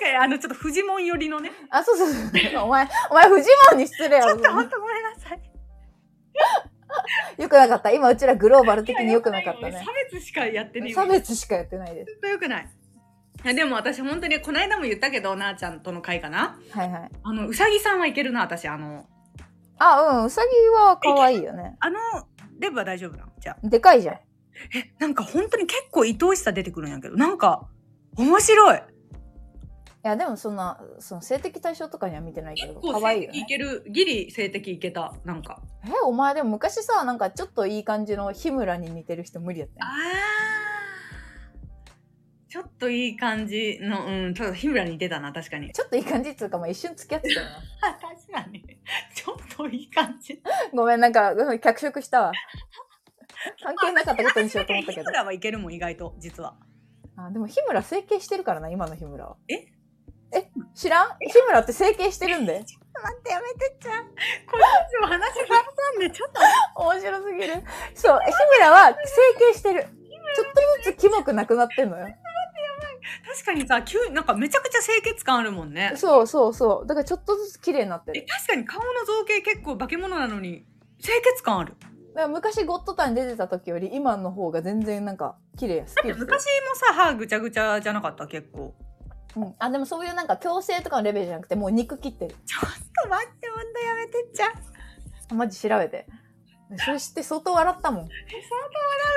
Speaker 1: かにあのちょっとフジモン寄りのね
Speaker 2: あ、そうそうそう。お前、お前、フジモンに失礼
Speaker 1: ち
Speaker 2: や
Speaker 1: ょっ
Speaker 2: ろ。
Speaker 1: とほんとごめんなさい
Speaker 2: よくなかった。今、うちらグローバル的によくなかった
Speaker 1: いや
Speaker 2: ね
Speaker 1: よく。ないよ差別しかやってねえ
Speaker 2: 差別しかやってないです。
Speaker 1: ずっとよくないいやでも私本当にこの間も言ったけどなあちゃんとの会かな
Speaker 2: はいはい。
Speaker 1: あのうさぎさんはいけるな私あの
Speaker 2: あ、うん、うさぎは可愛いよね。
Speaker 1: あのデブは大丈夫なのじゃあ
Speaker 2: でかいじゃん。
Speaker 1: なんか本当に結構愛おしさ出てくるんやけどなんか面白い
Speaker 2: いや、でもそんな、その性的対象とかには見てないけ
Speaker 1: 結
Speaker 2: ど、
Speaker 1: 構
Speaker 2: 可愛
Speaker 1: 性
Speaker 2: いよ
Speaker 1: 的
Speaker 2: ね
Speaker 1: い。ける、ギリ性的いけたなんか
Speaker 2: えお前でも昔さなんかちょっといい感じの日村に似てる人無理やったよ
Speaker 1: あーちょっといい感じのうんちょっと日村に出たな確かに
Speaker 2: ちょっといい感じっつうか、まあ、一瞬付き合ってたよな
Speaker 1: 確かにちょっといい感じ
Speaker 2: ごめんなんかうん脚色した わ関係なかったことにしようと思ったけ
Speaker 1: 日
Speaker 2: ど
Speaker 1: 村はいけるもん意外と実は
Speaker 2: あでも日村整形してるからな今の日村は
Speaker 1: え
Speaker 2: え知らん日村って整形してるんで
Speaker 1: 待ってやめてっちゃんこいつも話挟んでちょっと
Speaker 2: 面白すぎるそう日村は整形してるちょっとずつキモくなくなってんのよ
Speaker 1: 確かにさ急なんかめちゃくちゃ清潔感あるもんね
Speaker 2: そうそうそうだからちょっとずつ綺麗になって
Speaker 1: え
Speaker 2: る
Speaker 1: 確かに顔の造形結構化け物なのに清潔感ある
Speaker 2: だから昔ゴッドタンに出てた時より今の方が全然なんか綺麗や好きです
Speaker 1: 昔もさ歯ぐちゃぐちゃじゃなかった結構
Speaker 2: うん、あでもそういうなんか矯正とかのレベルじゃなくてもう肉切ってる
Speaker 1: ちょっと待ってほんとやめてっちゃん
Speaker 2: マジ調べてそれ知って相当笑ったもん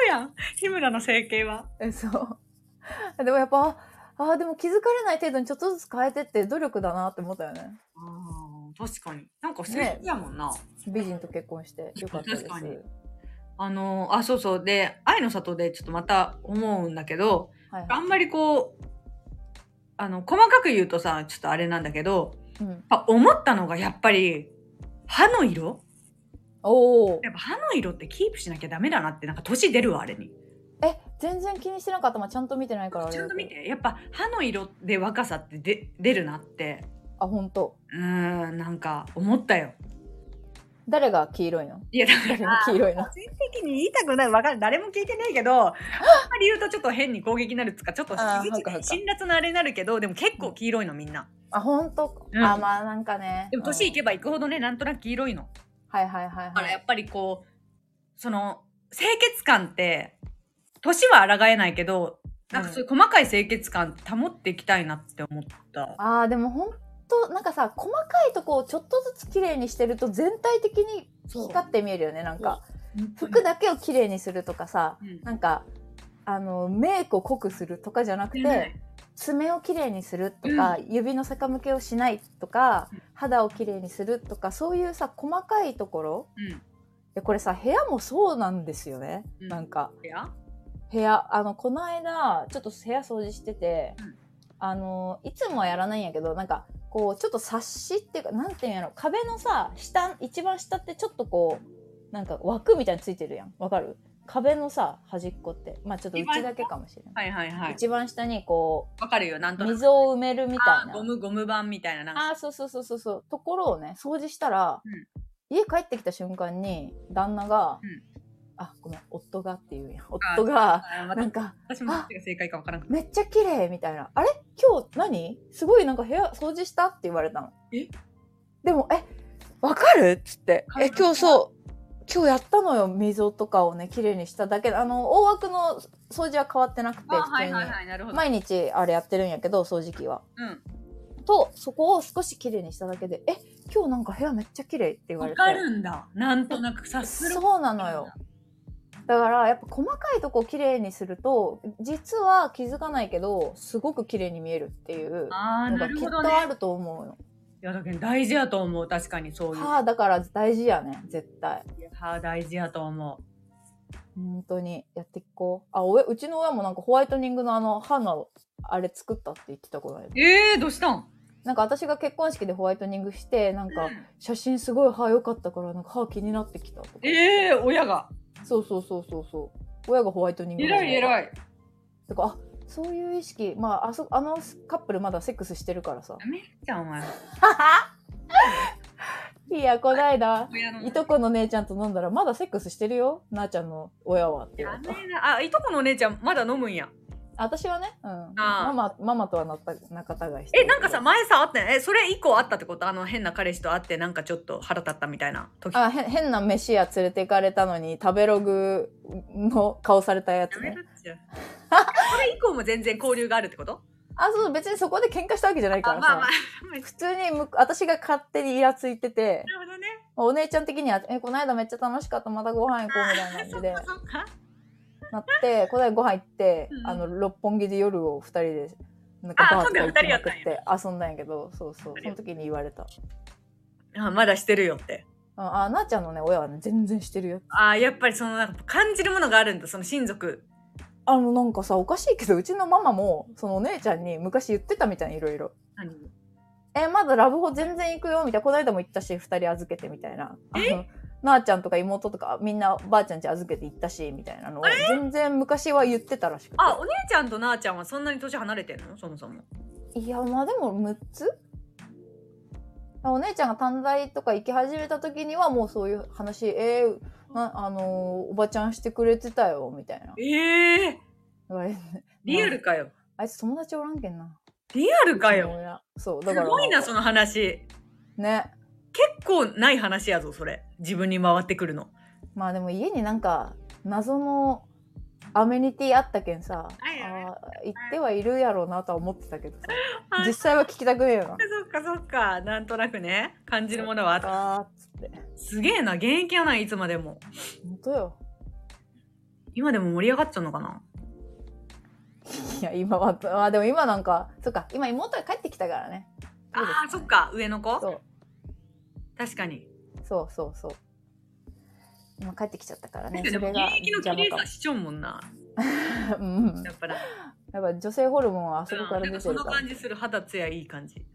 Speaker 1: やん日村の整形は
Speaker 2: えそう でもやっぱああでも気づかれない程度にちょっとずつ変えてって努力だなって思ったよね
Speaker 1: あー確かになんか整形やもんな、
Speaker 2: 美人と結婚してよかったです
Speaker 1: 確かにあのあそうそうで「愛の里」でちょっとまた思うんだけど
Speaker 2: はい
Speaker 1: あ
Speaker 2: は
Speaker 1: んまりこうあの細かく言うとさちょっとあれなんだけど
Speaker 2: い、うん、
Speaker 1: やっぱ思ったのがやっぱり歯の色
Speaker 2: おお
Speaker 1: やっぱ歯の色ってキープしなきゃダメだなってなんか年出るわあれに
Speaker 2: え全然気にしてなかったまあちゃんと見てないからあれ
Speaker 1: ちゃ
Speaker 2: だ
Speaker 1: ん
Speaker 2: け
Speaker 1: と
Speaker 2: ど
Speaker 1: 見てやっぱ歯の色で若さってで出るなって
Speaker 2: あ本当
Speaker 1: うーんなんか思ったよ
Speaker 2: 誰が黄色いの
Speaker 1: いやだか
Speaker 2: 誰が黄色いの
Speaker 1: 個人的に言いたくないわかる誰も聞いてないけどあんまり言うとちょっと変に攻撃になるっつうかちょっと
Speaker 2: あー
Speaker 1: 口
Speaker 2: そうかそうか
Speaker 1: 辛辣なあれになるけどでも結構黄色いのみんな
Speaker 2: あ本当、
Speaker 1: うん
Speaker 2: あまあなんかね
Speaker 1: でも年いけ
Speaker 2: ば、
Speaker 1: ばいくほどねなんとなく黄色いの
Speaker 2: うんはいはいはい
Speaker 1: だか
Speaker 2: は
Speaker 1: らやっ
Speaker 2: い
Speaker 1: ぱりこうその清潔感って年は抗えないけどなんかそういう細かい清潔感保っていきたいなって思った、
Speaker 2: あーでも本当なんかさ細かいとこをちょっとずつ綺麗にしてると全体的に
Speaker 1: そう
Speaker 2: 光って見えるよねなんか
Speaker 1: 服
Speaker 2: 服だけを綺麗にするとかさ
Speaker 1: うん
Speaker 2: なんかあのメイクを濃くするとかじゃなくて爪を綺麗にするとか、指の逆向けをしないとか
Speaker 1: うん
Speaker 2: 肌を綺麗にするとかそういうさ細かいところ
Speaker 1: うん
Speaker 2: でこれさ部屋もそうなんですよね、
Speaker 1: うん
Speaker 2: なんか
Speaker 1: いや
Speaker 2: 部屋あのこの間ちょっと部屋掃除してて、
Speaker 1: うん
Speaker 2: あのいつもはやらないんやけどなんかこうちょっと冊子っていうかなんていうんやろ壁のさ下一番下ってちょっとこうなんか枠みたいについてるやんわかる壁のさ端っこってまあちょっとうちだけかもしれない、
Speaker 1: はいはいはい。
Speaker 2: 一番下にこ
Speaker 1: わかるよ、なん
Speaker 2: う
Speaker 1: となく。
Speaker 2: 水を埋めるみたい
Speaker 1: あー
Speaker 2: な
Speaker 1: ゴムゴム版みたいな、なんか。
Speaker 2: ああそうそうそうそうそうところをね掃除したら、家帰ってきた瞬間に旦那が、
Speaker 1: うん
Speaker 2: あごめん夫がっていうやん
Speaker 1: あ
Speaker 2: 夫が
Speaker 1: あーまた
Speaker 2: なんか
Speaker 1: 私もどっちが正解かわからなくて。
Speaker 2: めっちゃ綺麗みたいな。あれ今日何すごいなんか部屋掃除したって言われたの。
Speaker 1: え
Speaker 2: でも、え、わかるっつって。え、今日そう。今日やったのよ。溝とかをね、綺麗にしただけで。あの、大枠の掃除は変わってなくて、
Speaker 1: あー
Speaker 2: 普
Speaker 1: は
Speaker 2: 通
Speaker 1: い
Speaker 2: に。
Speaker 1: はいはい、なるほど。
Speaker 2: 毎日あれやってるんやけど、掃除機は。
Speaker 1: うん。
Speaker 2: と、そこを少し綺麗にしただけで、え、今日なんか部屋めっちゃ綺麗って言われ
Speaker 1: わ
Speaker 2: て。
Speaker 1: かるんだ。なんとなくさすが。
Speaker 2: そうなのよ。だからやっぱ細かいとこ綺麗にすると実は気づかないけどすごく綺麗に見えるっていう
Speaker 1: ああ、
Speaker 2: の
Speaker 1: な
Speaker 2: がき
Speaker 1: るほ
Speaker 2: っ
Speaker 1: ど
Speaker 2: とあ
Speaker 1: ね。
Speaker 2: ると思うよ。
Speaker 1: いや、だけど大事やと思う、確かにそういう。
Speaker 2: 歯だから大事やね絶対。
Speaker 1: 歯大事やと思
Speaker 2: 本当にやっていこう。あおえうちの親もなんかホワイトニングのあの歯のあれ作ったって言ってたことある
Speaker 1: う。。ええー、どうしたん
Speaker 2: なんか私が結婚式でホワイトニングしてなん
Speaker 1: う
Speaker 2: か
Speaker 1: ん
Speaker 2: 写真すごい歯良かったからなんか歯気になってきたとか。
Speaker 1: ええー、親が。
Speaker 2: そうそうそうそうそう。親がホワイトニング
Speaker 1: 偉い
Speaker 2: い。
Speaker 1: 偉い。
Speaker 2: とかあそういう意識まああそあのカップルまだセックスしてるからさ
Speaker 1: ダ。メじゃん、お前。
Speaker 2: いやこないだ
Speaker 1: 親の。
Speaker 2: いとこの姉ちゃんと飲んだらまだセックスしてるよなあちゃんの親はって言わ
Speaker 1: ダ
Speaker 2: れた。
Speaker 1: メな。あ、いとこのお姉ちゃん、まだ飲むんや。
Speaker 2: 私はね、うん、
Speaker 1: あー
Speaker 2: ママママとはなった仲違いしてる
Speaker 1: え、なんかさ、前さ、あったよねえ、それ以降あったってことあの、変な彼氏と会って、なんかちょっと腹立ったみたいな時。
Speaker 2: あへ変な飯屋連れて行かれたのに食べログの顔されたや
Speaker 1: や
Speaker 2: つ
Speaker 1: め
Speaker 2: ね
Speaker 1: るっちゃ。それ以降も全然交流があるってこと
Speaker 2: あそう別にそこで喧嘩したわけじゃない
Speaker 1: あ、
Speaker 2: か
Speaker 1: ま
Speaker 2: ら
Speaker 1: あ
Speaker 2: さ、
Speaker 1: まあ。なる
Speaker 2: 普通にむ私が勝手にイラついてて
Speaker 1: ほどね。
Speaker 2: お姉ちゃん的には「えこの間めっちゃ楽しかったまたご飯行こう」みたいな感 じで
Speaker 1: そっか。
Speaker 2: なってこの間ご飯行って、
Speaker 1: うん
Speaker 2: あの六本木で夜を二人でなん
Speaker 1: あ
Speaker 2: かバーとか
Speaker 1: そう
Speaker 2: 行
Speaker 1: だよ
Speaker 2: きまくっ
Speaker 1: 二人
Speaker 2: て遊んだんやけどそうそうその時に言われた
Speaker 1: あ、まだしてるよって。
Speaker 2: 「ああなあちゃんのね親はね全然してるよ」
Speaker 1: あーやっぱりそのなんか感じるものがあるんだその親族
Speaker 2: あのなんかさおかしいけどうちのママもそのお姉ちゃんに昔言ってたみたいいろいろ
Speaker 1: 何
Speaker 2: えまだラブホ全然行くよみたいなこの間も行ったし2人預けてみたいなあのなあちゃんとか妹とかみんなばあちゃんち預けて行ったしみたいなのを全然昔は言ってたらしくて
Speaker 1: あお姉ちゃんとなあちゃんはそんなに年離れてんのそもそも
Speaker 2: いやまあでも6つお姉ちゃんが短大とか行き始めた時にはもうそういう話えーなあのーおばちゃんしてくれてたよみたいな
Speaker 1: ええ
Speaker 2: 言われる
Speaker 1: リアルかよ
Speaker 2: あいつ友達おらんけんな
Speaker 1: リアルかよ
Speaker 2: そうだ
Speaker 1: す
Speaker 2: から
Speaker 1: ごいなその話
Speaker 2: ね
Speaker 1: 結構ない話やぞそれ自分に回ってくるの
Speaker 2: まあでも家になんか謎のアメニティあったけんさ
Speaker 1: いはい
Speaker 2: あー行ってはいるやろうなとは思ってたけど
Speaker 1: は
Speaker 2: さ
Speaker 1: い
Speaker 2: 実際は聞きたくねえよな
Speaker 1: そっかそっかなんとなくね感じるものはあった
Speaker 2: あーっつって
Speaker 1: すげえな現役やないつまでも
Speaker 2: 本当よ
Speaker 1: 今でも盛り上がっちゃうのかない
Speaker 2: や今はまあでも今なんかそっか今妹が帰ってきたからねそうですね
Speaker 1: あーそっか上の子
Speaker 2: そう
Speaker 1: 確かに
Speaker 2: そうそうそう今帰ってきちゃったからね
Speaker 1: 確かにで
Speaker 2: そ
Speaker 1: も現
Speaker 2: れが
Speaker 1: 役の綺
Speaker 2: 邪
Speaker 1: 麗
Speaker 2: 魔
Speaker 1: さ
Speaker 2: か
Speaker 1: しちょんもんな
Speaker 2: もうんうん
Speaker 1: やっぱな
Speaker 2: やっぱ女性ホルモンはあそこか
Speaker 1: うんな
Speaker 2: ら
Speaker 1: ん
Speaker 2: 出
Speaker 1: か
Speaker 2: て
Speaker 1: そ
Speaker 2: る
Speaker 1: の
Speaker 2: から
Speaker 1: 感じする肌ツヤいい感じ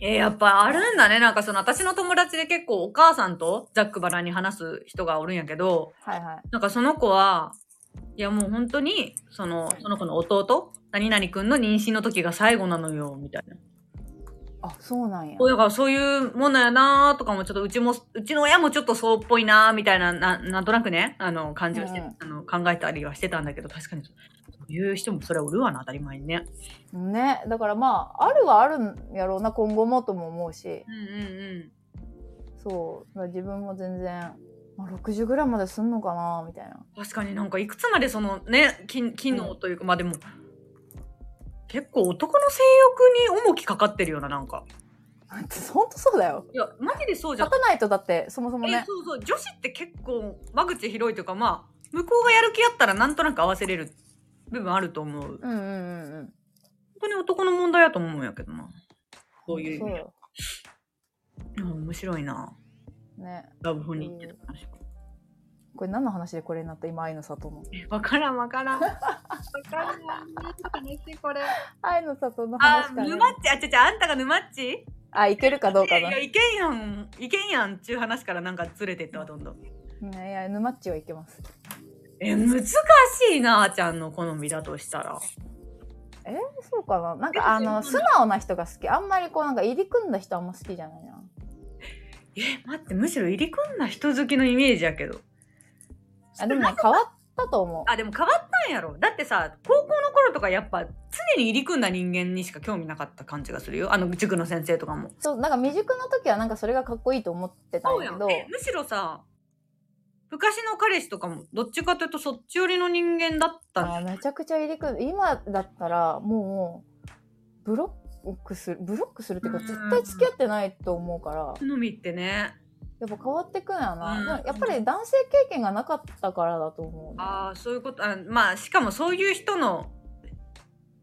Speaker 1: えーやっぱあるんだねなんかその私の友達で結構お母さんとざっくばらんに話す人がおるんやけど
Speaker 2: はいはい
Speaker 1: なんかその子はいやもう本当にそのその子の弟何々くんの妊娠の時が最後なのよみたいな
Speaker 2: あそうなんや
Speaker 1: そうだからそういうもんなんやなーとかもちょっとうちもうちの親もちょっとそうっぽいなーみたいなななんとなくねあの感じをして、
Speaker 2: うん
Speaker 1: あの考えたりはしてたんだけど確かにそういう人もそれおるわな当たり前にね
Speaker 2: ねだからまああるはあるんやろうな今後もとも思うし
Speaker 1: うんうんうん
Speaker 2: そうだから自分も全然、まあ、60ぐらいまですんのかなみたいな
Speaker 1: 確かになんかいくつまでそのね機機能というか、まあでも結構男の性欲に重きかかってるようななんか
Speaker 2: だってほんとそうだよ
Speaker 1: いやマジでそうじゃん
Speaker 2: 勝、たないとだってそもそも
Speaker 1: え
Speaker 2: ね
Speaker 1: そうそう女子って結構間口広いというかまあ向こうがやる気やったらなんとなく合わせれる部分あると思う本
Speaker 2: うんうんうんうん
Speaker 1: 当に男の問題やと思うんやけどなそういう意
Speaker 2: そう
Speaker 1: 味で
Speaker 2: よ
Speaker 1: うん面白いな
Speaker 2: ね
Speaker 1: ラブホに行ってた話
Speaker 2: これ何の話でこれになった今愛の里の
Speaker 1: え わからんわからんわからん話これ
Speaker 2: 愛の里の
Speaker 1: あ
Speaker 2: 話か
Speaker 1: 沼
Speaker 2: ね
Speaker 1: っちあちゃちゃあんたが沼っち
Speaker 2: あいけるかどうか
Speaker 1: い
Speaker 2: な
Speaker 1: やいけんやんいけんやんっちゅう話からなんかずれてったわどんどん
Speaker 2: いやいや沼っちはいけます
Speaker 1: え、難しいな、あーちゃんの好みだとしたら。
Speaker 2: えー、そうかななんかあの素直な人が好きあんまりこうなんか入り組んだ人あんま好きじゃないな
Speaker 1: え、待って、むしろ入り組んだ人好きのイメージやけど。
Speaker 2: あでもね変わったと思う
Speaker 1: あ、でも変わったんやろ。だってさ、高校の頃とかやっぱ常に入り組んだ人間にしか興味なかった感じがするよ。あの塾の先生とかも。
Speaker 2: そうなんか未熟の時はなんかそれがかっこいいと思ってたんやけど
Speaker 1: えむしろさ、昔の彼氏とかもどっちかというとそっち寄りの人間だったん
Speaker 2: あーめちゃくちゃ入り組んで今だったらもうブロックするブロックするっていうか
Speaker 1: うん
Speaker 2: 絶対付き合ってないと思うから
Speaker 1: 好みってね。
Speaker 2: やっぱ変わってくんや
Speaker 1: うん
Speaker 2: なでもやっぱり男性経験がなかったからだと思うね
Speaker 1: ああ、そういうこと。あまあ、しかもそういう人の、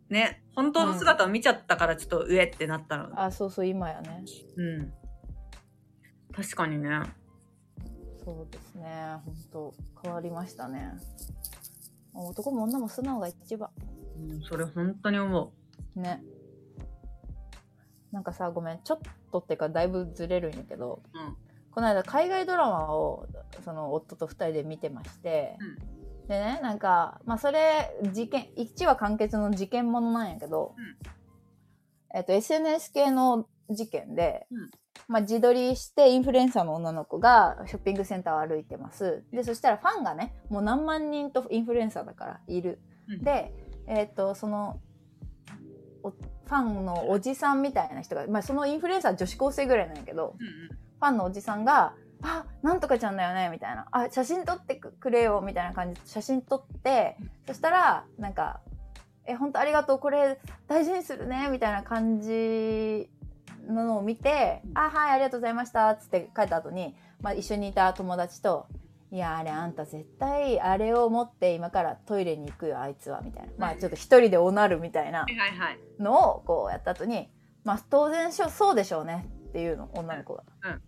Speaker 1: ね、本当の姿を見ちゃったからちょっと上ってなったの。
Speaker 2: あそうそう今やね
Speaker 1: うん。確かにね。
Speaker 2: そうですね本当変わりましたね男も女も素直が一番
Speaker 1: うん、それ本当に思
Speaker 2: ねなんかさごめんちょっとっていうかだいぶずれるんやけど、
Speaker 1: うん
Speaker 2: この間海外ドラマをその夫と2人で見てまして、でねなんかまあそれ事件1話完結の事件ものなんやけど、えっと SNS 系の事件で、
Speaker 1: うん
Speaker 2: まあ、自撮りしてインフルエンサーの女の子がショッピングセンターを歩いてますでそしたらファンがねもう何万人とインフルエンサーだからいる、
Speaker 1: うん
Speaker 2: でえっとそのおファンのおじさんみたいな人が、まあ、そのインフルエンサーは女子高生ぐらいなんやけど
Speaker 1: う。う。
Speaker 2: ファンのおじさんが「あなんとかちゃんだよね」みたいな「あ写真撮ってくれよ」みたいな感じで写真撮ってそしたらなんか「え本当ありがとうこれ大事にするね」みたいな感じなのを見て「あはいありがとうございました」っつって帰った後に、まあ、一緒にいた友達と「いやあれあんた絶対あれを持って今からトイレに行くよあいつは」みたいなまあちょっと一人でおなるみたいなん
Speaker 1: はいはいはい。
Speaker 2: のをこうやった後にまあ当然しょそうでしょうねっていうの女の子が、
Speaker 1: うん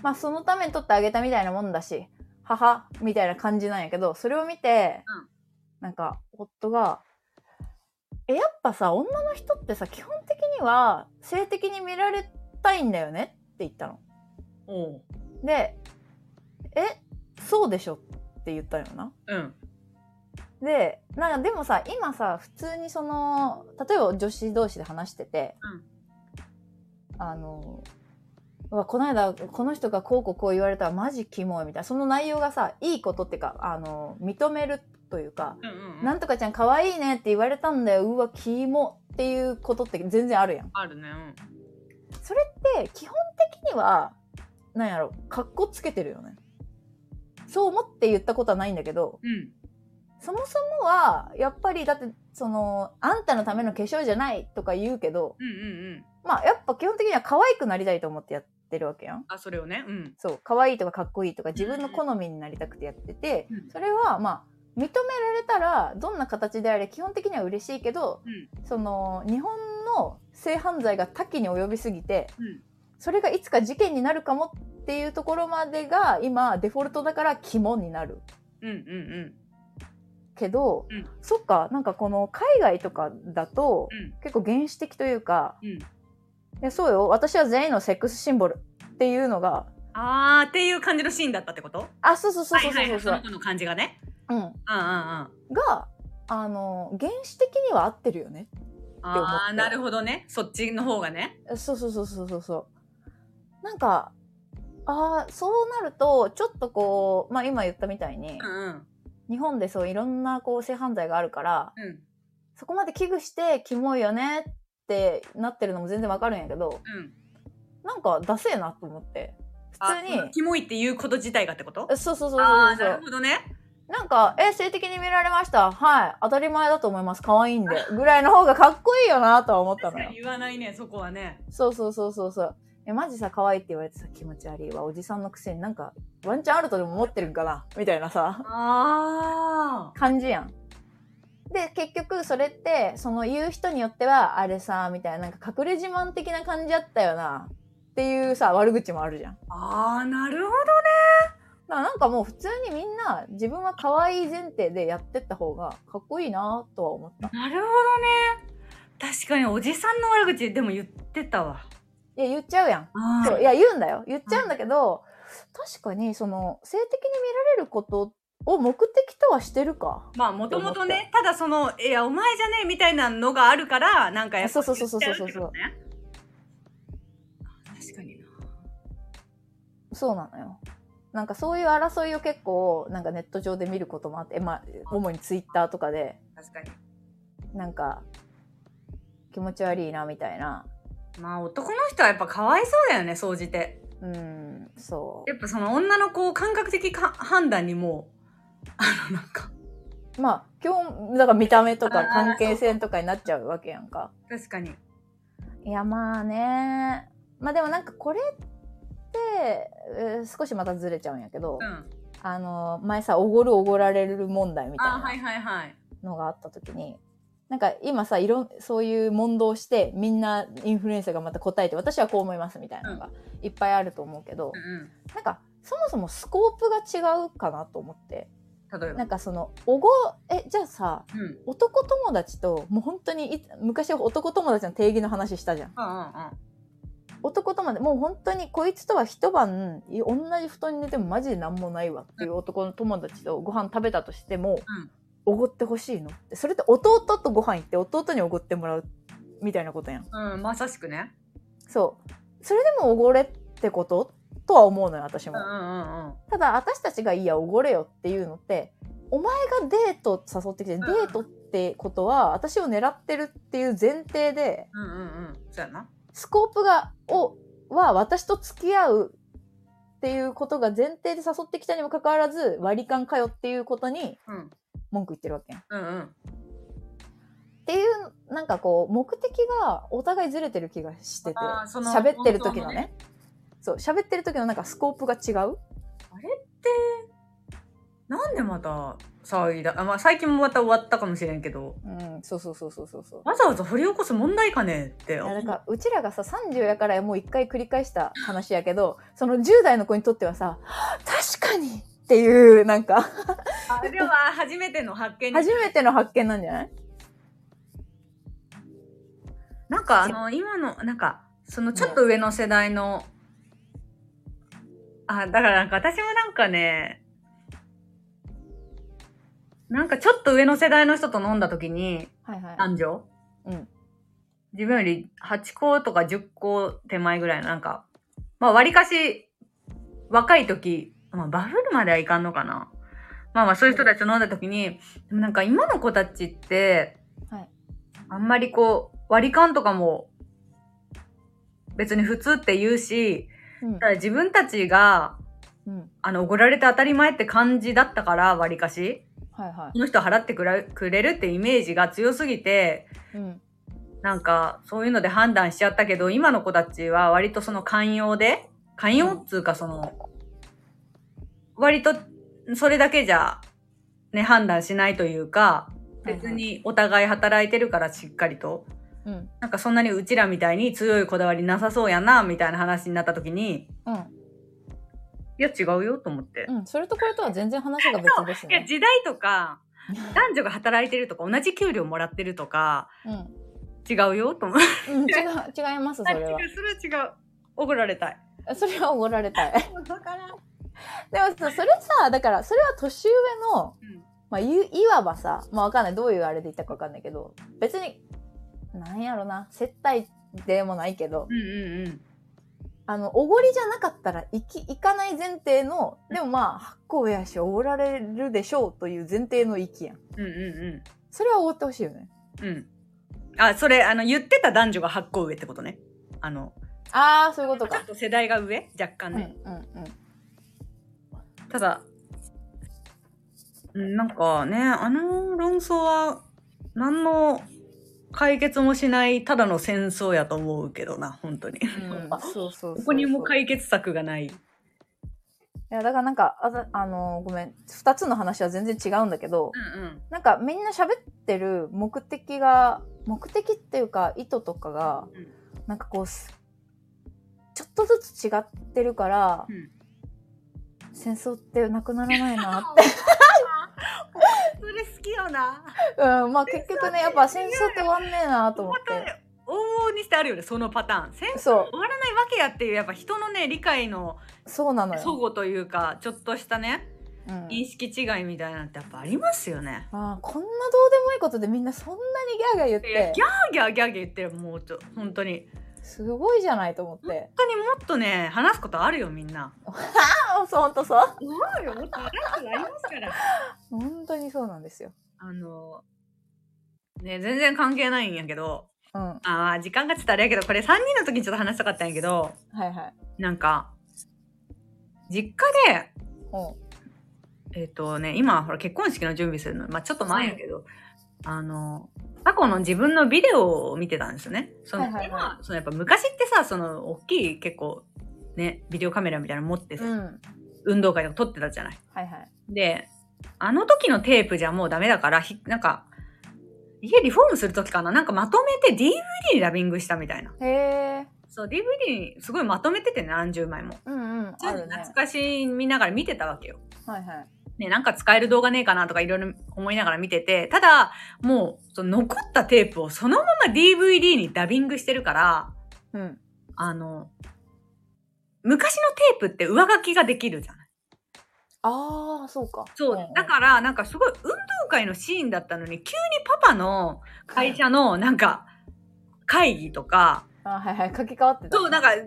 Speaker 2: まあそのために取ってあげたみたいなもんだし母みたいな感じなんやけどそれを見て、
Speaker 1: うん
Speaker 2: なんか夫がえやっぱさ女の人ってさ基本的には性的に見られたいんだよねって言ったの
Speaker 1: おう。
Speaker 2: でえそうでしょって言ったよな
Speaker 1: うん。
Speaker 2: でなんかでもさ今さ普通にその例えば女子同士で話してて、あのうわこの間この人がこうこうこう言われたらマジキモいみたいなその内容がさいいことっていうかあの認めるというか、
Speaker 1: うんうん、うん。
Speaker 2: なんとかちゃん可愛いねって言われたんだようわキモっていうことって全然あるやん。
Speaker 1: あるね。うん。
Speaker 2: それって基本的にはなんやろかっこつけてるよね。そう思って言ったことはないんだけど、
Speaker 1: うん。
Speaker 2: そもそもは、やっぱり、だって、その、あんたのための化粧じゃないとか言うけど、
Speaker 1: うんうんうん。
Speaker 2: まあ、やっぱ基本的には可愛くなりたいと思ってやってるわけやん。
Speaker 1: あ、それをね。うん。
Speaker 2: そう、可愛いとかかっこいいとか自分の好みになりたくてやってて
Speaker 1: うん、
Speaker 2: それは、まあ、認められたら、どんな形であれ、基本的には嬉しいけど、
Speaker 1: う
Speaker 2: その、日本の性犯罪が多岐に及びすぎて、
Speaker 1: うん
Speaker 2: それがいつか事件になるかもっていうところまでが、今、デフォルトだから、肝になる。
Speaker 1: うんうんうん。
Speaker 2: けど、
Speaker 1: うん
Speaker 2: そっかなんかこの海外とかだと、
Speaker 1: うん
Speaker 2: 結構原始的というか、
Speaker 1: うん
Speaker 2: いやそうよ私は全員のセックスシンボルっていうのが
Speaker 1: あーっていう感じのシーンだったってこと
Speaker 2: あそうそうそうそうそう
Speaker 1: はいはい、
Speaker 2: そう
Speaker 1: その子の感じがね。
Speaker 2: うん
Speaker 1: うんうんうん。あ
Speaker 2: があの原始的には合ってるよね
Speaker 1: あー、なるほどね。そっちの方がね。
Speaker 2: そうそうそうそうそうそうなんかあーそうなるとちょっとこうまあ今言ったみたいに、
Speaker 1: うんうん。
Speaker 2: 日本でそういろんなこう性犯罪があるから
Speaker 1: うん
Speaker 2: そこまで危惧してキモいよねってなってるのも全然わかるんやけど、
Speaker 1: うん。
Speaker 2: なんかダセえなと思って普通
Speaker 1: あ
Speaker 2: に
Speaker 1: キモいっていうこと自体がってこと
Speaker 2: そうそうそうそう
Speaker 1: ああ、
Speaker 2: そ
Speaker 1: な
Speaker 2: う
Speaker 1: るほどね。
Speaker 2: なんかえ性的に見られましたはい当たり前だと思います可愛いんで ぐらいの方がかっこいいよなとは思ったのよ
Speaker 1: 言わないね、そこはね。
Speaker 2: そうそうそうそうそうえマジさ可愛いって言われてさ気持ち悪いわおじさんのくせになんかワンチャンあるとでも思ってるんかなみたいなさ
Speaker 1: ああ。
Speaker 2: 感じやんで結局それってその言う人によってはあれさみたいななんか隠れ自慢的な感じやったよなっていうさ悪口もあるじゃん
Speaker 1: ああ、なるほど。
Speaker 2: だからなんかもう普通にみんな自分は可愛い前提でやってった方がかっこいいなとは思った。
Speaker 1: なるほどね。確かにおじさんの悪口でも言ってたわ。
Speaker 2: いや言っちゃうやん。
Speaker 1: あ
Speaker 2: そういや言うんだよ。言っちゃうんだけど、確かにその性的に見られることを目的とはしてるか。
Speaker 1: まあもともとねただその「いやお前じゃねえ」みたいなのがあるからなんかやっぱ
Speaker 2: そうそうそうそうそうそう
Speaker 1: 言っちゃってことねあ確かにな
Speaker 2: そうなのよ。なんかそういう争いを結構なんかネット上で見ることもあって、まあ、主にツイッターとかで
Speaker 1: 確かに
Speaker 2: なんか気持ち悪いなみたいな。
Speaker 1: まあ男の人はやっぱかわいそうだよね総じて
Speaker 2: うん、そ
Speaker 1: やっぱその女の子を感覚的か判断にもうあのなんか
Speaker 2: う。まあ今日だから見た目とか関係性とかになっちゃうわけやんか。
Speaker 1: 確かに
Speaker 2: いやまあねまあでもなんかこれってえー少しまたずれちゃうんやけど、
Speaker 1: うん
Speaker 2: あの前さおごるおごられる問題みたい
Speaker 1: あ
Speaker 2: な
Speaker 1: はいはいはい
Speaker 2: のがあった時に、なんか今さいろんそういう問答してみんなインフルエンサーがまた答えて私はこう思いますみたいなのがいっぱいあると思うけど、
Speaker 1: うん
Speaker 2: なんかそもそもスコープが違うかなと思って
Speaker 1: うん例えば
Speaker 2: なんかそのおごえじゃあさ
Speaker 1: うんうん
Speaker 2: 男友達ともう本当にい昔男友達の定義の話したじゃん。
Speaker 1: う
Speaker 2: 男とまでもう本当にこいつとは一晩い同じ布団に寝てもマジで何もないわっていう男の友達とご飯食べたとしても
Speaker 1: うん
Speaker 2: おご、ってほしいのってそれって弟とご飯行って弟におごってもらうみたいなことやん
Speaker 1: んうんうんまさしくね
Speaker 2: そうそれでもおごれってこととは思うのよ私
Speaker 1: う
Speaker 2: も
Speaker 1: んうんうん
Speaker 2: ただ私たちが「いやおごれよ」っていうのってお前がデート誘ってきてデートってことは私を狙ってるっていう前提で
Speaker 1: うんうんうんそうやな
Speaker 2: スコープが、を、は私と付き合うっていうことが前提で誘ってきたにもかかわらず、割り勘かよっていうことに
Speaker 1: うん
Speaker 2: 文句言ってるわけやん。っ
Speaker 1: うんうん
Speaker 2: ていう、なんかこう、目的がお互いずれてる気がしてて、
Speaker 1: あーその
Speaker 2: 喋ってる時
Speaker 1: 本当
Speaker 2: の
Speaker 1: の
Speaker 2: ね。そう、喋ってる時のなんかスコープが違う。
Speaker 1: なんでまた騒ぎだあ、まあ、最近もまた終わったかもしれんけど
Speaker 2: うん、そうそうそうそうそうそう。
Speaker 1: わざわざ掘り起こす問題かねって
Speaker 2: いやだからうちらがさ30やからもう一回繰り返した話やけどその10代の子にとってはさ「確かに!」っていうなんか
Speaker 1: あれは初めての発見
Speaker 2: 初めての発見なんじゃない
Speaker 1: なんかあの今のなんかそのちょっと上の世代の、あだからなんか私もなんかねなんかちょっと上の世代の人と飲んだ時に
Speaker 2: はいはい。
Speaker 1: 男女
Speaker 2: うん
Speaker 1: 自分より8個とか10個手前ぐらいのなんかまあ割かし若い時、まあ、バブルまではいかんのかなまあまあそういう人たちと飲んだ時にでもなんか今の子たちって、
Speaker 2: はい
Speaker 1: あんまりこう割り勘とかも別に普通って言うし
Speaker 2: うん
Speaker 1: ただ自分たちが
Speaker 2: うん、
Speaker 1: あの、おごられて当たり前って感じだったから、割りかし。
Speaker 2: はいは
Speaker 1: この人払ってくれくれるってイメージが強すぎて、
Speaker 2: い。うん、
Speaker 1: なんか、そういうので判断しちゃったけど、今の子たちは割とその寛容で、寛容っつうかその、割とそれだけじゃ、ね、判断しないというか、別にお互い働いてるからしっかりと、
Speaker 2: うん、うん、
Speaker 1: なんかそんなにうちらみたいに強いこだわりなさそうやな、みたいな話になった時に、いや違うよと思って。
Speaker 2: うん、それとこれとは全然話が別です
Speaker 1: いや、
Speaker 2: ね。
Speaker 1: 時代とか、男女が働いてるとか、同じ給料もらってるとか、
Speaker 2: うん、
Speaker 1: 違うよと思う。
Speaker 2: うん、違う、違います、それは。
Speaker 1: それ は違う。怒られたい。
Speaker 2: それはおごられたい。
Speaker 1: わからん。
Speaker 2: でもさ、それさ、だから、それは年上の、
Speaker 1: うん
Speaker 2: まあ、い、いわばさ、まあ、わかんない、どういうあれで言ったかわかんないけど、別に、なんやろな、接待でもないけど
Speaker 1: う、んうんうん。
Speaker 2: あの、おごりじゃなかったら、行き、行かない前提の、でもまあ、発行やし、おごられるでしょうという前提の域やん。
Speaker 1: うんう
Speaker 2: それはおごってほしいよね。
Speaker 1: んうん。うん。あ、それ、あの、言ってた男女が8個上ってことね。あの、
Speaker 2: ああ、そういうこと
Speaker 1: ちょ
Speaker 2: か
Speaker 1: っ。と世代が上若干ね。
Speaker 2: うんうんうん
Speaker 1: ただ、うんなんかね、あの論争は、何の解決もしない、ただの戦争やと思うけどな、本当に。
Speaker 2: うん、そうそうそう
Speaker 1: どこにも
Speaker 2: い
Speaker 1: 解決策がない。
Speaker 2: やだからなんかあざあのーごめん2つの話は全然違うんだけど、
Speaker 1: うんうん。
Speaker 2: なんかみんな喋ってる目的が目的っていうか意図とかが、
Speaker 1: うん
Speaker 2: なんかこうすちょっとずつ違ってるから、
Speaker 1: うん
Speaker 2: 戦争ってなくならないなって
Speaker 1: それ好きよな。
Speaker 2: うん、まあ結局ねやっぱ戦争って終わんねえなと思っ
Speaker 1: 本当に
Speaker 2: て
Speaker 1: 往々にしてあるよねそのパターン戦争
Speaker 2: そう
Speaker 1: 終わらないわけやっていうやっぱ人のね理解の
Speaker 2: そうなのよ
Speaker 1: 齟齬というかちょっとしたね
Speaker 2: うん
Speaker 1: 認識違いみたいなんてやっぱありますよね。
Speaker 2: あーこんなどうでもいいことでみんなそんなにギャーギャー
Speaker 1: いや
Speaker 2: 言って
Speaker 1: ギャーギャーギャーギャー言ってるもうちょ本当に
Speaker 2: すごいじゃないと思って
Speaker 1: 本当にもっとね話すことあるよみんな。
Speaker 2: ああそうほんとそう
Speaker 1: そうよもっと話すことありますから。
Speaker 2: 本当にそうなんですよ
Speaker 1: あのね全然関係ないんやけど
Speaker 2: うんは
Speaker 1: あー時間がちょっとあれやけどこれ3人の時にちょっと話したかったんやけど
Speaker 2: いはい
Speaker 1: なんか実家で
Speaker 2: うん
Speaker 1: えっ、とね、今、ほら、結婚式の準備するの、まあちょっと前やけど、あの、過去の自分のビデオを見てたんですよね。その、
Speaker 2: はいはいはい
Speaker 1: 今、そのやっぱ昔ってさ、その、大きい結構、ね、ビデオカメラみたいなの持ってさ、
Speaker 2: うんはい
Speaker 1: 運動会とか撮ってたじゃない。
Speaker 2: はい
Speaker 1: で、あの時のテープじゃもうダメだから、ひなんか、家リフォームする時かな、なんかまとめて DVD にダビングしたみたいな。
Speaker 2: へえ
Speaker 1: そう、DVD にすごいまとめててね、何十枚も。
Speaker 2: うんうん
Speaker 1: そう
Speaker 2: あ
Speaker 1: いうの
Speaker 2: るね
Speaker 1: 懐かしみながら見てたわけよ。
Speaker 2: はいはい
Speaker 1: ね、なんか使える動画ねえかなとかいろいろ思いながら見てて、ただ、もう、その残ったテープをそのまま DVD にダビングしてるから、
Speaker 2: うん
Speaker 1: あの、昔のテープって上書きができるじゃない。
Speaker 2: ああそうか
Speaker 1: そう。
Speaker 2: んん
Speaker 1: だから、なんかすごい運動会のシーンだったのに、急にパパの会社のなんか、会議とか、
Speaker 2: あはいはい書き換わってた
Speaker 1: そう、なんか、ちゃんと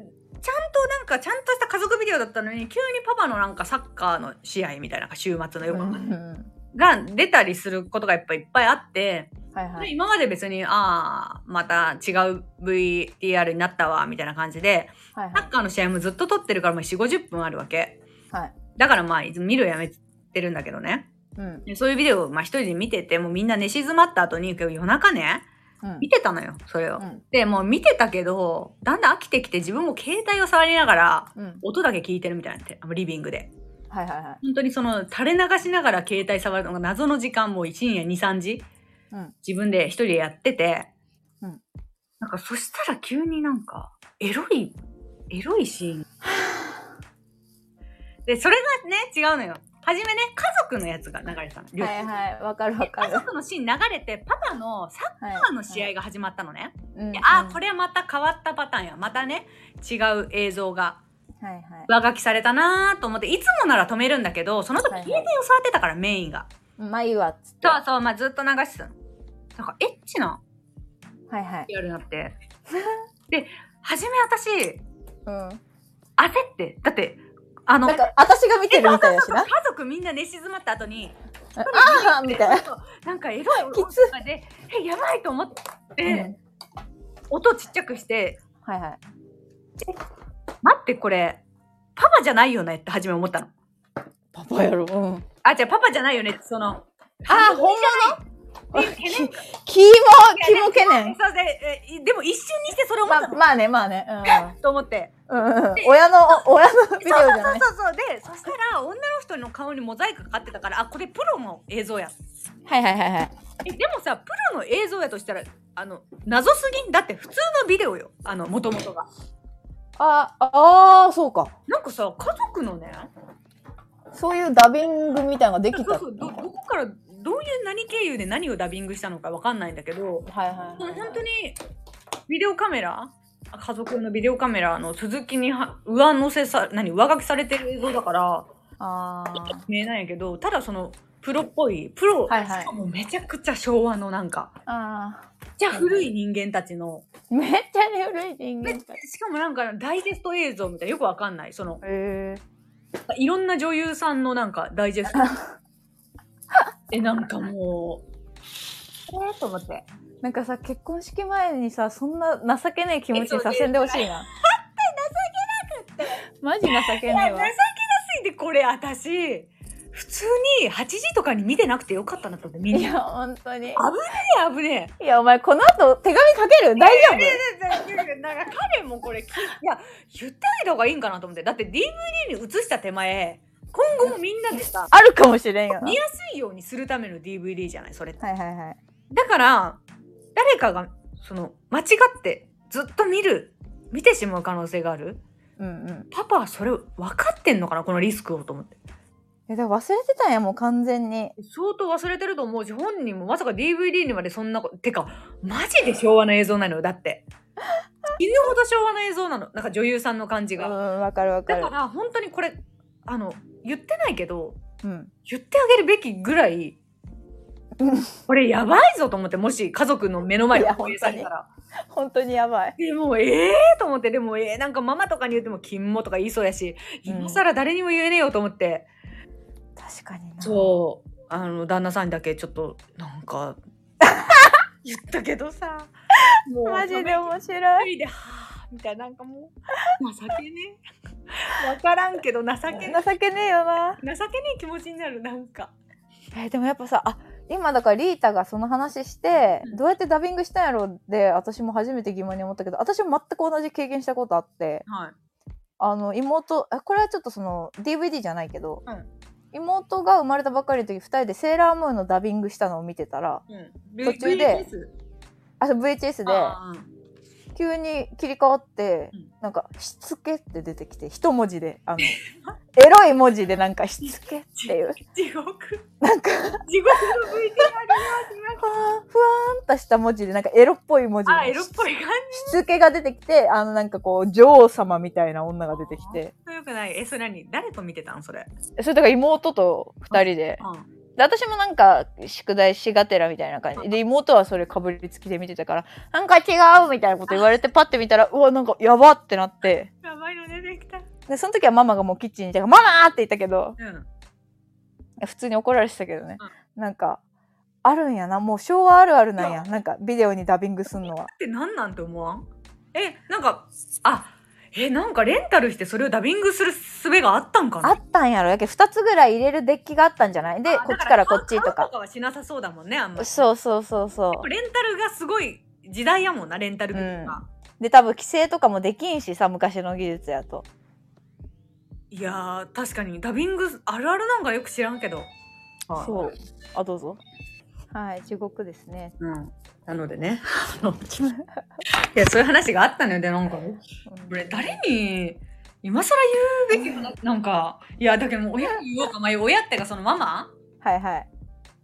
Speaker 1: なんか、ちゃんとした家族ビデオだったのに、急にパパのなんかサッカーの試合みたいな、週末の
Speaker 2: う
Speaker 1: よ
Speaker 2: ん
Speaker 1: く
Speaker 2: う
Speaker 1: わ
Speaker 2: ん
Speaker 1: かん
Speaker 2: う
Speaker 1: ない
Speaker 2: ん
Speaker 1: が出たりすることがやっぱいっぱいあって、
Speaker 2: はいはい
Speaker 1: 今まで別に、ああ、また違う VTR になったわ、みたいな感じで、
Speaker 2: はいは
Speaker 1: サッカーの試合もずっと撮ってるからもう4、50分あるわけ。
Speaker 2: いはい
Speaker 1: だからまあ、いつも見るのやめてるんだけどね。
Speaker 2: うん
Speaker 1: でそういうビデオをまあ一人で見てて、もうみんな寝静まった後に、今日夜中ね、
Speaker 2: うん
Speaker 1: 見てたのよ、それを。
Speaker 2: うん
Speaker 1: で、もう見てたけど、だんだん飽きてきて自分も携帯を触りながら、
Speaker 2: うん
Speaker 1: 音だけ聞いてるみたいなって、あのリビングで。
Speaker 2: はいはいはい
Speaker 1: 本当にその垂れ流しながら携帯触るのが謎の時間も1深夜23時、
Speaker 2: うん
Speaker 1: 自分で一人でやってて、
Speaker 2: うん
Speaker 1: なんかそしたら急になんかエロいエロいシーンでそれがね違うのよ初めね家族のやつが流れてたの、両
Speaker 2: はい
Speaker 1: 親
Speaker 2: はいわかるわか
Speaker 1: 家
Speaker 2: る
Speaker 1: 族のシーン流れてパパのサッ
Speaker 2: はい
Speaker 1: カーの試合が始まったのね、
Speaker 2: うん
Speaker 1: であ
Speaker 2: う
Speaker 1: ー
Speaker 2: ん
Speaker 1: これはまた変わったパターンやまたね違う映像が
Speaker 2: はいはい
Speaker 1: 上書きされたなーと思っていつもなら止めるんだけどその時
Speaker 2: はいはい
Speaker 1: 携帯を触ってたからメインが。
Speaker 2: まあいいわっつって
Speaker 1: そ
Speaker 2: は
Speaker 1: うそう、まあ、ずっと流してたの。なんか、エッチない
Speaker 2: はい
Speaker 1: リアルにな って。で、初め私、
Speaker 2: うん
Speaker 1: 焦って、だって、あの、
Speaker 2: なんか私が見てるみたいだし
Speaker 1: 家
Speaker 2: な
Speaker 1: 族みんな寝静まった後に、
Speaker 2: ああみたいな
Speaker 1: なんかエロい音
Speaker 2: き
Speaker 1: とかで、え、やばいと思っ
Speaker 2: うん
Speaker 1: て、音ちっちゃくして、
Speaker 2: はいはい
Speaker 1: 待って、これ、パパじゃないよねって初め思ったの。
Speaker 2: パパやろうん
Speaker 1: あ、じゃあパパじゃないよねって、その、
Speaker 2: あーほん
Speaker 1: ま懸念感
Speaker 2: キモキモ懸念
Speaker 1: そうで、えでも一瞬にしてそれ思った
Speaker 2: ま
Speaker 1: の。
Speaker 2: まあねまあね
Speaker 1: と思って。
Speaker 2: うんうんうん親の親のビデオじゃない
Speaker 1: そうそうそうそうでそしたら女の人の顔にモザイクかかってたからあこれプロの映像や
Speaker 2: はいはいはいはい
Speaker 1: えでもさプロの映像やとしたらあの謎すぎんだって普通のビデオよあのもともとが
Speaker 2: ああーそうか
Speaker 1: なんかさ家族のね
Speaker 2: そういうダビングみたいなのがで
Speaker 1: そ
Speaker 2: き
Speaker 1: う
Speaker 2: た
Speaker 1: そうどどこからどういう何経由で何をダビングしたのかわかんないんだけど
Speaker 2: はいはい
Speaker 1: その
Speaker 2: はい
Speaker 1: 本当にビデオカメラあ家族用のビデオカメラの続きには上乗せさ何上書きされてる映像だから
Speaker 2: あ
Speaker 1: 見えないんやけどただそのプロっぽいプロ、
Speaker 2: はいはい
Speaker 1: しかもめちゃくちゃ昭和のなんか
Speaker 2: ーあ
Speaker 1: めっちゃ古い人間たちの、
Speaker 2: ーめっちゃね古い人間たち
Speaker 1: しかもなんかダイジェスト映像みたいなよくわかんないその
Speaker 2: へえ
Speaker 1: いろんな女優さんのなんかダイジェ ストえなんかもうえー、と思って
Speaker 2: なんかさ結婚式前にさそんな情けない気持ちにさ
Speaker 1: えそう
Speaker 2: せんでほし いなマジ情けない
Speaker 1: 情け
Speaker 2: わ
Speaker 1: なすぎてこれ私普通に8時とかに見てなくてよかったなと思ってみん
Speaker 2: い
Speaker 1: な
Speaker 2: や本当に
Speaker 1: 危ねえ危ねえ
Speaker 2: いやお前この後手紙かける大丈夫
Speaker 1: なんか彼もこれきいや言ってあげた方がいいんかなと思ってだって DVD に移した手前今後もみんなでさ
Speaker 2: あるかもしれんよな
Speaker 1: 見やすいようにするための DVD じゃないそれって
Speaker 2: はいはいはい
Speaker 1: だから誰かがその間違ってずっと見る見てしまう可能性がある
Speaker 2: うんうん
Speaker 1: パパはそれ分かってんのかなこのリスクをと思って
Speaker 2: えでも忘れてたんやもう完全に
Speaker 1: 相当忘れてると思うし本人もまさか DVD にまでそんなことてかマジで昭和の映像なのよだ って死ぬほど昭和の映像なのなんか女優さんの感じ
Speaker 2: うん
Speaker 1: が
Speaker 2: わかるわか
Speaker 1: だか
Speaker 2: る
Speaker 1: ら本当にこれあの言ってないけど
Speaker 2: うん。
Speaker 1: 言ってあげるべきぐらい
Speaker 2: うん、
Speaker 1: これやばいぞと思って、もし家族の目の前で
Speaker 2: いや
Speaker 1: 放映されたら。
Speaker 2: 本当にやばい。
Speaker 1: でもう、ええと思って、でも、ええなんかママとかに言っても、金もとか言いそうやし、
Speaker 2: うん
Speaker 1: 今更誰にも言えねえよと思って、
Speaker 2: 確かにな。
Speaker 1: そう、あの、旦那さんにだけちょっと、なん か、言ったけどさ、も
Speaker 2: マジで面
Speaker 1: 一
Speaker 2: 白い。
Speaker 1: 人で、はぁ、みたいな、なんかもう、情けねえ。わからんけど、情けな、
Speaker 2: 情けねえよな。
Speaker 1: 情けねえ気持ちになる、なんか。
Speaker 2: えーでもやっぱさ、あ、今だからリータがその話して
Speaker 1: うん、
Speaker 2: どうやってダビングしたんやろうで、私も初めて疑問に思ったけど、私も全く同じ経験したことあって、
Speaker 1: はい。
Speaker 2: あの、妹、あこれはちょっとその DVD じゃないけど、
Speaker 1: うん
Speaker 2: 妹が生まれたばっかりの時、二人でセーラームーンのダビングしたのを見てたら、
Speaker 1: うん。
Speaker 2: 途中で
Speaker 1: VHS
Speaker 2: あ、そう VHS で、
Speaker 1: あー
Speaker 2: 急に切り替わって、
Speaker 1: うん
Speaker 2: なんか「しつけ」って出てきて一文字であの エロい文字でなんか「しつけ」っ ていう
Speaker 1: 地獄。
Speaker 2: なんか
Speaker 1: 地獄の VTR
Speaker 2: ふわーふわーんとした文字でなんかエロっぽい文字で
Speaker 1: あ、エロっぽい感
Speaker 2: しつけが出てきてあのなんかこう女王様みたいな女が出てきて
Speaker 1: じ。よくない。え、それ何誰と見てたんそれ。
Speaker 2: それだから妹と二人で
Speaker 1: うん。
Speaker 2: で私もなんか宿題しがてらみたいな感じで妹はそれかぶりつきで見てたからなんか違うみたいなこと言わ れてパッて見たらうわなんかやばってなって
Speaker 1: やばいの出てきた。
Speaker 2: でその時はママがもうキッチンにいたから「ママ!」って言ったけど
Speaker 1: うん。
Speaker 2: 普通に怒られてたけどね、なんかあるんやなもう昭和あるあるなんやなんかビデオにダビングすんの
Speaker 1: っ
Speaker 2: は
Speaker 1: てなんなんて思わんえ、なんか、あ、え、なんかレンタルしてそれをダビングする術があったんかな
Speaker 2: あったんやろやけ2つぐらい入れるデッキがあったんじゃないで
Speaker 1: あ
Speaker 2: こっちからこっち
Speaker 1: だ
Speaker 2: と
Speaker 1: ら買うと
Speaker 2: か
Speaker 1: かはしなさそうだもんね、あんまり。
Speaker 2: そうそうそうそ
Speaker 1: レンタルがすごい時代やもんな、レンタルビデオが。
Speaker 2: うで多分規制とかもできんしさ昔の技術やと
Speaker 1: いやー、確かにダビングあるあるなんかよく知らんけど。
Speaker 2: そうあどうぞはい地獄ですね
Speaker 1: うん。なので ね。 あのちょっといや、そういう話があったのよ。で、なんか、これ誰に、今更言うべきもな、なんか、いや、だけどもう親に言お うか、まあ、親ってか、そのママ
Speaker 2: はいはい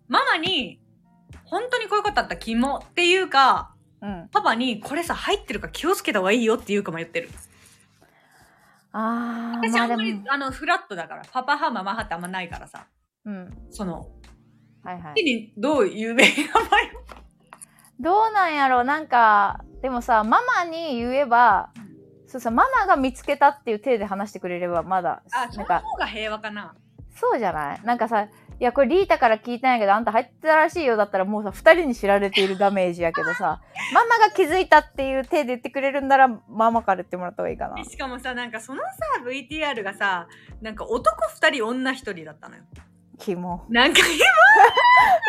Speaker 1: ママに、本当にこういうことあった、キモっていうか、
Speaker 2: うん
Speaker 1: パパに、これさ、入ってるから気をつけた方がいいよっていうかも言ってる。
Speaker 2: あー
Speaker 1: 私
Speaker 2: ま
Speaker 1: あ
Speaker 2: あ
Speaker 1: ん
Speaker 2: で
Speaker 1: ま
Speaker 2: も
Speaker 1: り、あの、フラットだから、パパ派、ママ派ってあんまないからさ、
Speaker 2: うん
Speaker 1: その、
Speaker 2: はいはい
Speaker 1: 手にどう言うべきかもよ
Speaker 2: どうなんやろうなんかでもさママに言えばそうさママが見つけたっていう体で話してくれればまだ
Speaker 1: あ、そ
Speaker 2: なん
Speaker 1: の
Speaker 2: か
Speaker 1: 方が平和かな。
Speaker 2: そうじゃないなんかさいやこれリータから聞いたんやけどあんた入ってたらしいよだったらもうさ2人に知られているダメージやけど さママが気づいたっていう体で言ってくれるんならママから言ってもらった方がいいかな
Speaker 1: でしかもさなんかそのさ VTR がさなんか男2人女1人だったのよ
Speaker 2: キモ
Speaker 1: なんか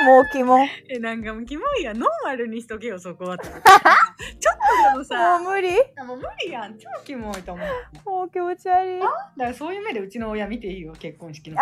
Speaker 2: もうキモもう
Speaker 1: えなんかもうキモいやんノーマルにしとけよそこはと思ってなんか ちょっとでもさ
Speaker 2: 無理
Speaker 1: もう無理やん超キモいと思うだ
Speaker 2: もう気持ち悪い
Speaker 1: からそういう目でうちの親見ていいよ結婚式の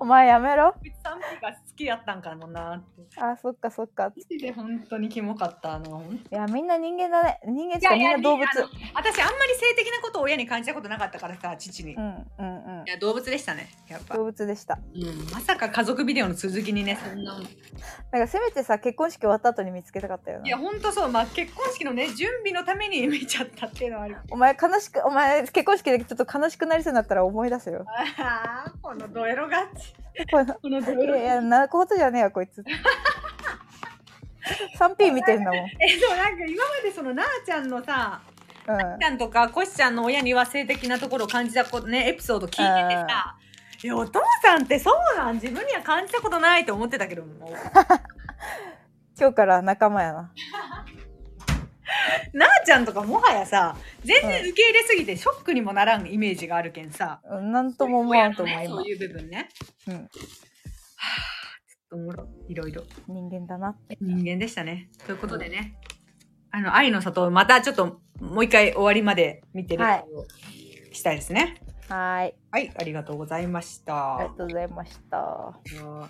Speaker 2: お前やめろ
Speaker 1: 別賛否が好きやったんかもなって
Speaker 2: あそっかそっか
Speaker 1: マジで本当にキモかったあの
Speaker 2: いやみんな人間だね人間っていうかみんな動物
Speaker 1: あの私あんまり性的なことを親に感じたことなかったからさ父に、
Speaker 2: う
Speaker 1: い
Speaker 2: んうんうん
Speaker 1: や動物でしたねやっぱ、
Speaker 2: 動物でした
Speaker 1: うんまさか家族ビデオの続きにねそんな
Speaker 2: なんかせめてさ結婚式終わった後に見つけたかったよ
Speaker 1: いや
Speaker 2: な。
Speaker 1: ほんとそうまあ結婚式のね準備のために見ちゃったっていうのはある
Speaker 2: お前悲しくお前結婚式でちょっと悲しくなりそうになったら思い出 せよ。
Speaker 1: ああ このドエロガチ
Speaker 2: この
Speaker 1: このド
Speaker 2: いやいや泣くことじゃねえよこいつ。3P 見てんだもん。
Speaker 1: えでもなんか今までそのなあちゃんのさ
Speaker 2: うん
Speaker 1: ち。ゃんとかこしちゃんの親には性的なところを感じたことねエピソード聞いててさいやお父さんってそうなん自分には感じたことないと思ってたけども
Speaker 2: 今日から仲間やな。
Speaker 1: なあちゃんとかもはやさ全然受け入れすぎてショックにもならんイメージがあるけんさ
Speaker 2: うんなんとも思わんと思う
Speaker 1: 親のね
Speaker 2: 今
Speaker 1: そう。いう部分ね
Speaker 2: うん。
Speaker 1: おもろいろいろ
Speaker 2: 人間だなって。
Speaker 1: 人間でしたね。ということでね、あの、愛の里をまたちょっともう一回終わりまで見てる
Speaker 2: はい
Speaker 1: をしたいですね。
Speaker 2: はーい。
Speaker 1: はい、ありがとうございました。
Speaker 2: ありがとうございました。
Speaker 1: あの